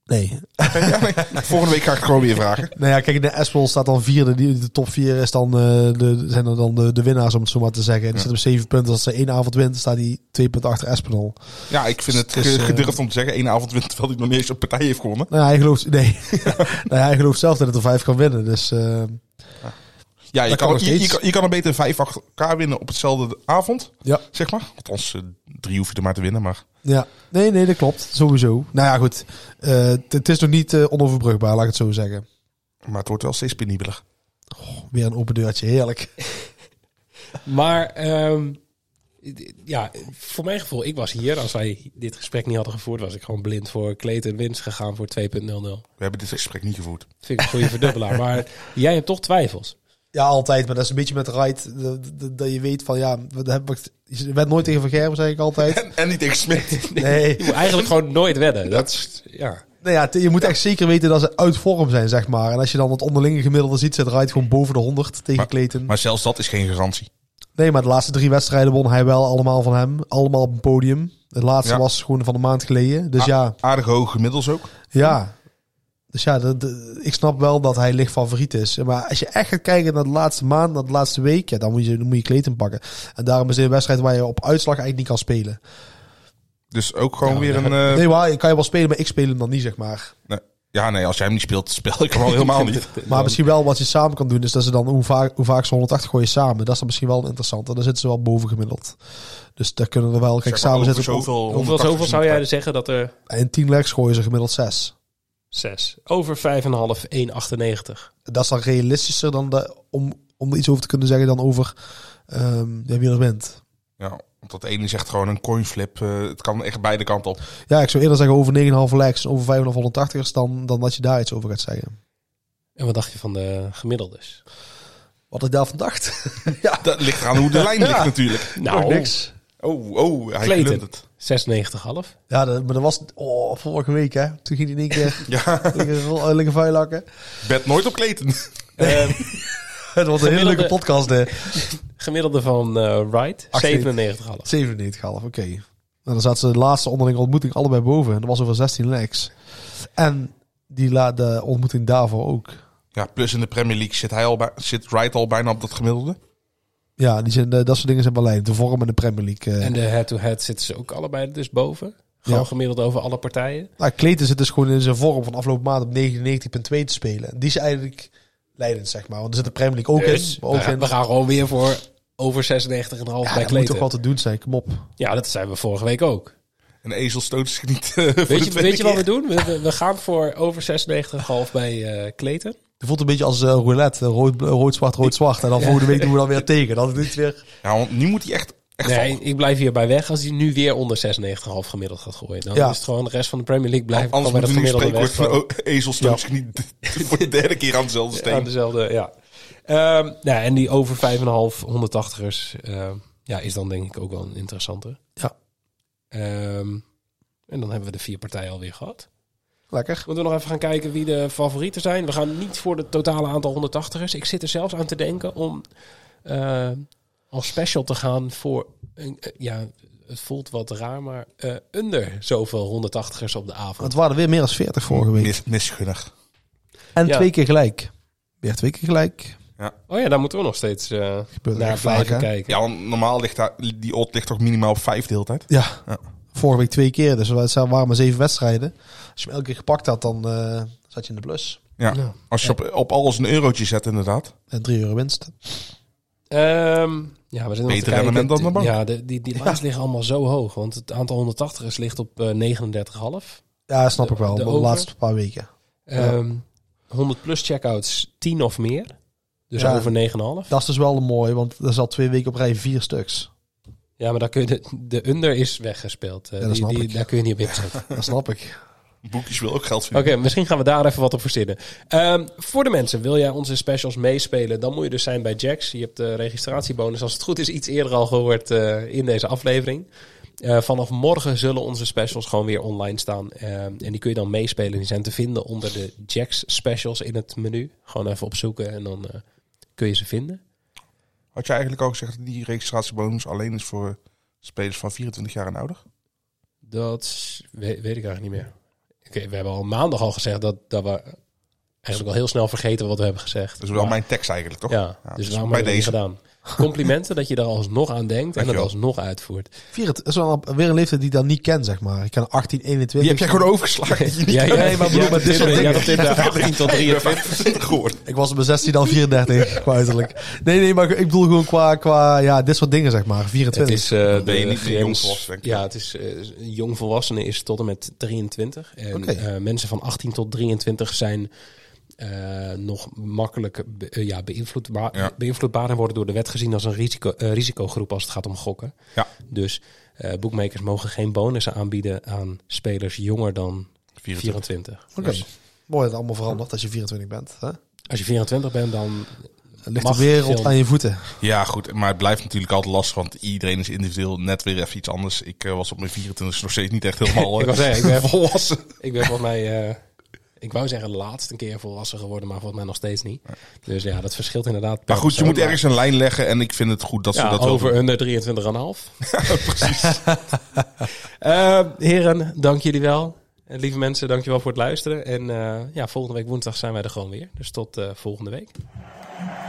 Speaker 8: Nee.
Speaker 7: Ja, nee. Volgende week ga ik het gewoon weer vragen.
Speaker 8: Nou ja, kijk, de Espel staat dan vierde. Die, de top vier is dan, eh, de, zijn er dan de, de winnaars, om het zo maar te zeggen. Die zit op zeven punten. Als ze één avond wint, staat die twee punten achter Espinol.
Speaker 7: Ja, ik vind het
Speaker 8: Dus,
Speaker 7: ge-
Speaker 8: eh,
Speaker 7: gedurfd om te zeggen, één avond wint terwijl hij nog niet eens een partij heeft gewonnen.
Speaker 8: Nou, ja, hij gelooft, nee. nou, ja, hij gelooft zelf dat het er vijf kan winnen. Dus eh,
Speaker 7: Ja, je kan,
Speaker 8: Dat kan nog
Speaker 7: je, je,
Speaker 8: steeds.
Speaker 7: kan, je kan er beter vijf achter elkaar winnen op hetzelfde avond,
Speaker 8: ja.
Speaker 7: zeg maar. Althans, eh, drie hoef je er maar te winnen, maar...
Speaker 8: ja. Nee, nee, dat klopt. Sowieso. Nou ja, goed. Eh, Het het is nog niet eh, onoverbrugbaar, laat ik het zo zeggen.
Speaker 7: Maar het wordt wel steeds penibeler.
Speaker 8: Weer een open deurtje, heerlijk.
Speaker 6: Maar ehm, d- ja, voor mijn gevoel, ik was hier. Als wij dit gesprek niet hadden gevoerd, was ik gewoon blind voor Clayton winst gegaan voor 2.00.
Speaker 7: We hebben dit gesprek niet gevoerd.
Speaker 6: Vind ik een goede verdubbelaar. Maar jij hebt toch twijfels.
Speaker 8: Ja, altijd. Maar dat is een beetje met Wright. Dat, dat- dat je weet van, ja, dat heb ik, je werd nooit tegen Van Gerwen, zeg ik altijd.
Speaker 7: En, en niet tegen Smit.
Speaker 8: Nee.
Speaker 6: Je moet eigenlijk gewoon nooit wedden. Dat is, ja.
Speaker 8: Nou ja, t- je moet echt zeker weten dat ze uit vorm zijn, zeg maar. En als je dan het onderlinge gemiddelde ziet, zit Wright gewoon boven de 100 tegen Clayton.
Speaker 7: Maar zelfs dat is geen garantie.
Speaker 8: nee, maar de laatste drie wedstrijden won hij wel allemaal van hem. Allemaal op een podium. Het laatste
Speaker 7: Ja.
Speaker 8: was gewoon van een maand geleden. Dus
Speaker 7: Ah.
Speaker 8: ja,
Speaker 7: Aardig hoge gemiddels ook.
Speaker 8: ja. Dus ja, dat- dat- ik snap wel dat hij licht favoriet is. Maar als je echt gaat kijken naar de laatste maand, naar de laatste week, ja, dan moet je, dan moet je Clayton pakken. En daarom is dit een wedstrijd waar je op uitslag eigenlijk niet kan spelen.
Speaker 7: Dus ook gewoon weer een... eh,
Speaker 8: Nee, waar, je kan je wel spelen, maar ik speel hem dan niet, zeg maar.
Speaker 7: nee. Ja, nee, als jij hem niet speelt, speel ik hem al helemaal niet.
Speaker 8: Maar misschien wel wat je samen kan doen, is dat ze dan hoe vaak, hoe vaak ze 180 gooien samen. Dat is dan misschien wel interessant. En dan zitten ze wel boven gemiddeld. Dus daar kunnen er wel, kijk,
Speaker 7: Zeg maar,
Speaker 8: samen
Speaker 7: over
Speaker 8: zitten we
Speaker 7: zoveel,
Speaker 6: Hoeveel,
Speaker 7: 180
Speaker 6: zoveel zou jij
Speaker 7: minuten.
Speaker 6: dus zeggen dat er
Speaker 8: op- En 10 legs gooien ze gemiddeld 6.
Speaker 6: 6 over 5,5, 1,98.
Speaker 8: Dat is dan realistischer dan de, om, om er iets over te kunnen zeggen dan over ehm, ja, wie er wint.
Speaker 7: Ja, want dat ene zegt gewoon een coinflip. eh, het kan echt beide kanten op.
Speaker 8: Ja, ik zou eerder zeggen over 9,5 legs en over 5,5 180ers dan, dan dat je daar iets over gaat zeggen.
Speaker 6: En wat dacht je van de gemiddeldes?
Speaker 8: Wat ik daarvan dacht.
Speaker 7: Dat ligt eraan hoe de lijn ligt natuurlijk.
Speaker 6: Nou,
Speaker 8: niks.
Speaker 7: Oh, oh, hij
Speaker 6: Clayton.
Speaker 7: klunt het.
Speaker 6: 96,5.
Speaker 8: Ja, dat, maar dat was oh, vorige week, hè. Toen ging hij in één keer
Speaker 7: Ja,
Speaker 8: liggen, eh, liggen vuilakken.
Speaker 7: bed nooit op Clayton.
Speaker 6: Eh,
Speaker 8: Het was een hele leuke podcast, hè.
Speaker 6: Gemiddelde van eh Wright, 97,5.
Speaker 8: 97,5, oké. Nou, dan zaten ze de laatste onderlinge ontmoeting allebei boven. En dat was over 16 legs. En die la de ontmoeting daarvoor ook.
Speaker 7: Ja, plus in de Premier League zit, hij al bij, zit Wright al bijna op dat gemiddelde.
Speaker 8: Ja, die zijn, eh, dat soort dingen zijn Berlijn. De vorm en de Premier League. eh.
Speaker 6: En de head-to-head zitten ze ook allebei dus boven. Gewoon
Speaker 8: Ja.
Speaker 6: gemiddeld over alle partijen.
Speaker 8: nou, Kleten zit dus gewoon in zijn vorm van afgelopen maand op 99,2 te spelen. Die is eigenlijk leidend, zeg maar. Want er zit de Premier League ook in.
Speaker 6: Dus
Speaker 8: Maar ook
Speaker 6: we,
Speaker 8: in.
Speaker 6: we gaan gewoon weer voor over 96,5 bij
Speaker 8: ja, dat moet toch
Speaker 6: Clayton.
Speaker 8: wel te doen zijn, kom op.
Speaker 6: Ja, dat zijn we vorige week ook.
Speaker 7: En ezelstoot is niet eh, voor
Speaker 6: Weet
Speaker 7: de
Speaker 6: je,
Speaker 7: tweede
Speaker 6: weet je wat we
Speaker 7: keer.
Speaker 6: doen? We, we- we gaan voor over 96,5 bij eh Clayton.
Speaker 8: Het voelt een beetje als eh, roulette. eh, Rood, eh, rood-zwart, rood-zwart. En dan volgende week doen we dan weer tegen. Dan is het weer...
Speaker 7: Ja, want nu moet hij echt, echt
Speaker 6: Nee,
Speaker 7: vallen.
Speaker 6: ik blijf hierbij weg als hij nu weer onder 96,5 gemiddeld gaat gooien. Dan
Speaker 8: Ja.
Speaker 6: is het gewoon de rest van de Premier League blijft
Speaker 7: Anders
Speaker 6: bij
Speaker 7: moet
Speaker 6: dat
Speaker 7: hij nu
Speaker 6: gemiddelde
Speaker 7: spreekwoord
Speaker 6: weg.
Speaker 7: van oh, ezelstoot is niet voor de derde keer aan dezelfde steen.
Speaker 6: Aan dezelfde, ja. dus Ehm, nou, ja, en die over 5,5 180ers ehm, ja, is dan denk ik ook wel een interessante.
Speaker 8: Ja,
Speaker 6: Ehm, en dan hebben we de vier partijen alweer gehad.
Speaker 8: lekker.
Speaker 6: Moeten we nog even gaan kijken wie de favorieten zijn. We gaan niet voor het totale aantal 180ers. Ik zit er zelfs aan te denken om eh, als special te gaan voor... Een, eh, ja, het voelt wat raar, maar eh, onder zoveel 180ers op de avond.
Speaker 8: Het waren er weer meer dan 40 vorige week.
Speaker 7: Mis, misgunner.
Speaker 8: En
Speaker 6: Ja.
Speaker 8: twee keer gelijk. Weer twee keer gelijk.
Speaker 6: Oh ja, daar moeten we nog steeds eh, naar
Speaker 8: echt vaak,
Speaker 6: blijven
Speaker 8: hè?
Speaker 6: kijken.
Speaker 7: Ja, want normaal ligt daar, die odd ligt toch minimaal op vijf de hele tijd?
Speaker 8: Ja.
Speaker 7: Ja.
Speaker 8: Vorige week twee keer, dus het waren maar zeven wedstrijden. Als je hem elke keer gepakt had, dan eh, zat je in de plus.
Speaker 7: Ja. Als je op, op alles een eurotje zet inderdaad.
Speaker 8: En drie euro winst.
Speaker 6: Ehm, ja, we zijn nog te
Speaker 7: Beter
Speaker 6: kijken.
Speaker 7: rendement dan de bank.
Speaker 6: Ja, de, die, die laatst liggen allemaal zo hoog. Want het aantal 180ers ligt op eh 39,5.
Speaker 8: Ja, snap
Speaker 6: De-
Speaker 8: ik wel.
Speaker 6: de
Speaker 8: De,
Speaker 6: over?
Speaker 8: laatste paar weken.
Speaker 6: Ehm 100 plus checkouts 10 of meer. Dus
Speaker 8: Ja.
Speaker 6: over 9,5.
Speaker 8: Dat is dus wel mooi, want er zat twee weken op rij vier stuks.
Speaker 6: Ja, maar daar kun je de, de under is weggespeeld. Eh,
Speaker 8: Ja, dat
Speaker 6: die,
Speaker 8: snap
Speaker 6: die,
Speaker 8: ik.
Speaker 6: daar kun je niet op inzetten.
Speaker 8: Dat snap ik.
Speaker 7: Boekjes wil ook geld
Speaker 6: Oké,
Speaker 7: verdienen.
Speaker 6: misschien gaan we daar even wat op verzinnen. Ehm, voor de mensen, wil jij onze specials meespelen? Dan moet je dus zijn bij Jax. Je hebt de registratiebonus, als het goed is, iets eerder al gehoord eh, in deze aflevering. Eh, vanaf morgen zullen onze specials gewoon weer online staan. Ehm, en die kun je dan meespelen. Die zijn te vinden onder de Jax specials in het menu. Gewoon even opzoeken en dan eh, kun je ze vinden.
Speaker 7: Had je eigenlijk al gezegd dat die registratiebonus alleen is voor eh, spelers van 24 jaar en ouder?
Speaker 6: Dat is- we- weet, ik eigenlijk niet meer. Oké, we hebben al maandag al gezegd dat, dat we eigenlijk al heel snel vergeten wat we hebben gezegd.
Speaker 7: Dat is wel mijn tekst eigenlijk, toch?
Speaker 6: Ja,
Speaker 7: Ja,
Speaker 6: dus
Speaker 7: dus
Speaker 6: waarom
Speaker 7: bij
Speaker 6: hebben we
Speaker 7: deze.
Speaker 6: dat niet gedaan? Complimenten dat je er alsnog aan denkt en het
Speaker 7: Dankjewel.
Speaker 6: alsnog uitvoert.
Speaker 8: Vier, het is wel een- weer een leeftijd die ik dan niet ken, zeg maar. Ik ken 18, 21.
Speaker 7: Die heb jij gewoon overgeslagen. dat je niet
Speaker 6: Ja, ja,
Speaker 8: Nee, maar bedoel, maar dit soort
Speaker 6: Tinder,
Speaker 8: dingen.
Speaker 6: ja, Tinder, 18 tot 23.
Speaker 7: 25 geworden.
Speaker 8: Ik was op mijn 16 al 34, qua uiterlijk. Nee, nee, maar ik bedoel gewoon qua, qua ja, dit soort dingen, zeg maar.
Speaker 6: Het
Speaker 8: 24.
Speaker 6: is eh
Speaker 7: ben je
Speaker 6: de
Speaker 7: niet meer
Speaker 6: grens-
Speaker 7: jongvolwassen, denk ik.
Speaker 6: Ja, het is eh jongvolwassenen is tot en met 23. En
Speaker 8: Oké.
Speaker 6: eh, mensen van 18 tot 23 zijn eh, nog makkelijk be- eh, ja, beïnvloedbaar,
Speaker 7: Ja.
Speaker 6: beïnvloedbaar en worden door de wet gezien als een risico, eh, risicogroep als het gaat om gokken.
Speaker 7: Ja.
Speaker 6: Dus eh boekmakers mogen geen bonussen aanbieden aan spelers jonger dan Dus
Speaker 7: 24.
Speaker 6: 24.
Speaker 8: Oké. Mooi dat het allemaal verandert als je 24 bent. Hè?
Speaker 6: Als je 24 bent, dan
Speaker 8: Dan ligt
Speaker 6: Mag
Speaker 8: de wereld
Speaker 6: veel-
Speaker 8: aan je voeten.
Speaker 7: Ja, goed. Maar het blijft natuurlijk altijd lastig, want iedereen is individueel net weer even iets anders. Ik eh, was op mijn 24 nog steeds niet echt helemaal
Speaker 6: Ik wou zeggen, ik
Speaker 7: eh,
Speaker 6: ben-
Speaker 7: volwassen.
Speaker 6: Ik ben volgens mij, eh, ik wou zeggen laatst een keer volwassen geworden, maar volgens mij nog steeds niet. Dus ja, dat verschilt inderdaad. per
Speaker 7: Maar goed, je
Speaker 6: persoon.
Speaker 7: moet ergens een lijn leggen en ik vind het goed dat ze
Speaker 6: Ja,
Speaker 7: dat wel
Speaker 6: over
Speaker 7: doen.
Speaker 6: onder 23,5. Precies. Eh, heren, dank jullie wel. En lieve mensen, eh, dankjewel voor het luisteren. En eh, ja, volgende week woensdag zijn wij er gewoon weer. Dus tot eh, volgende week.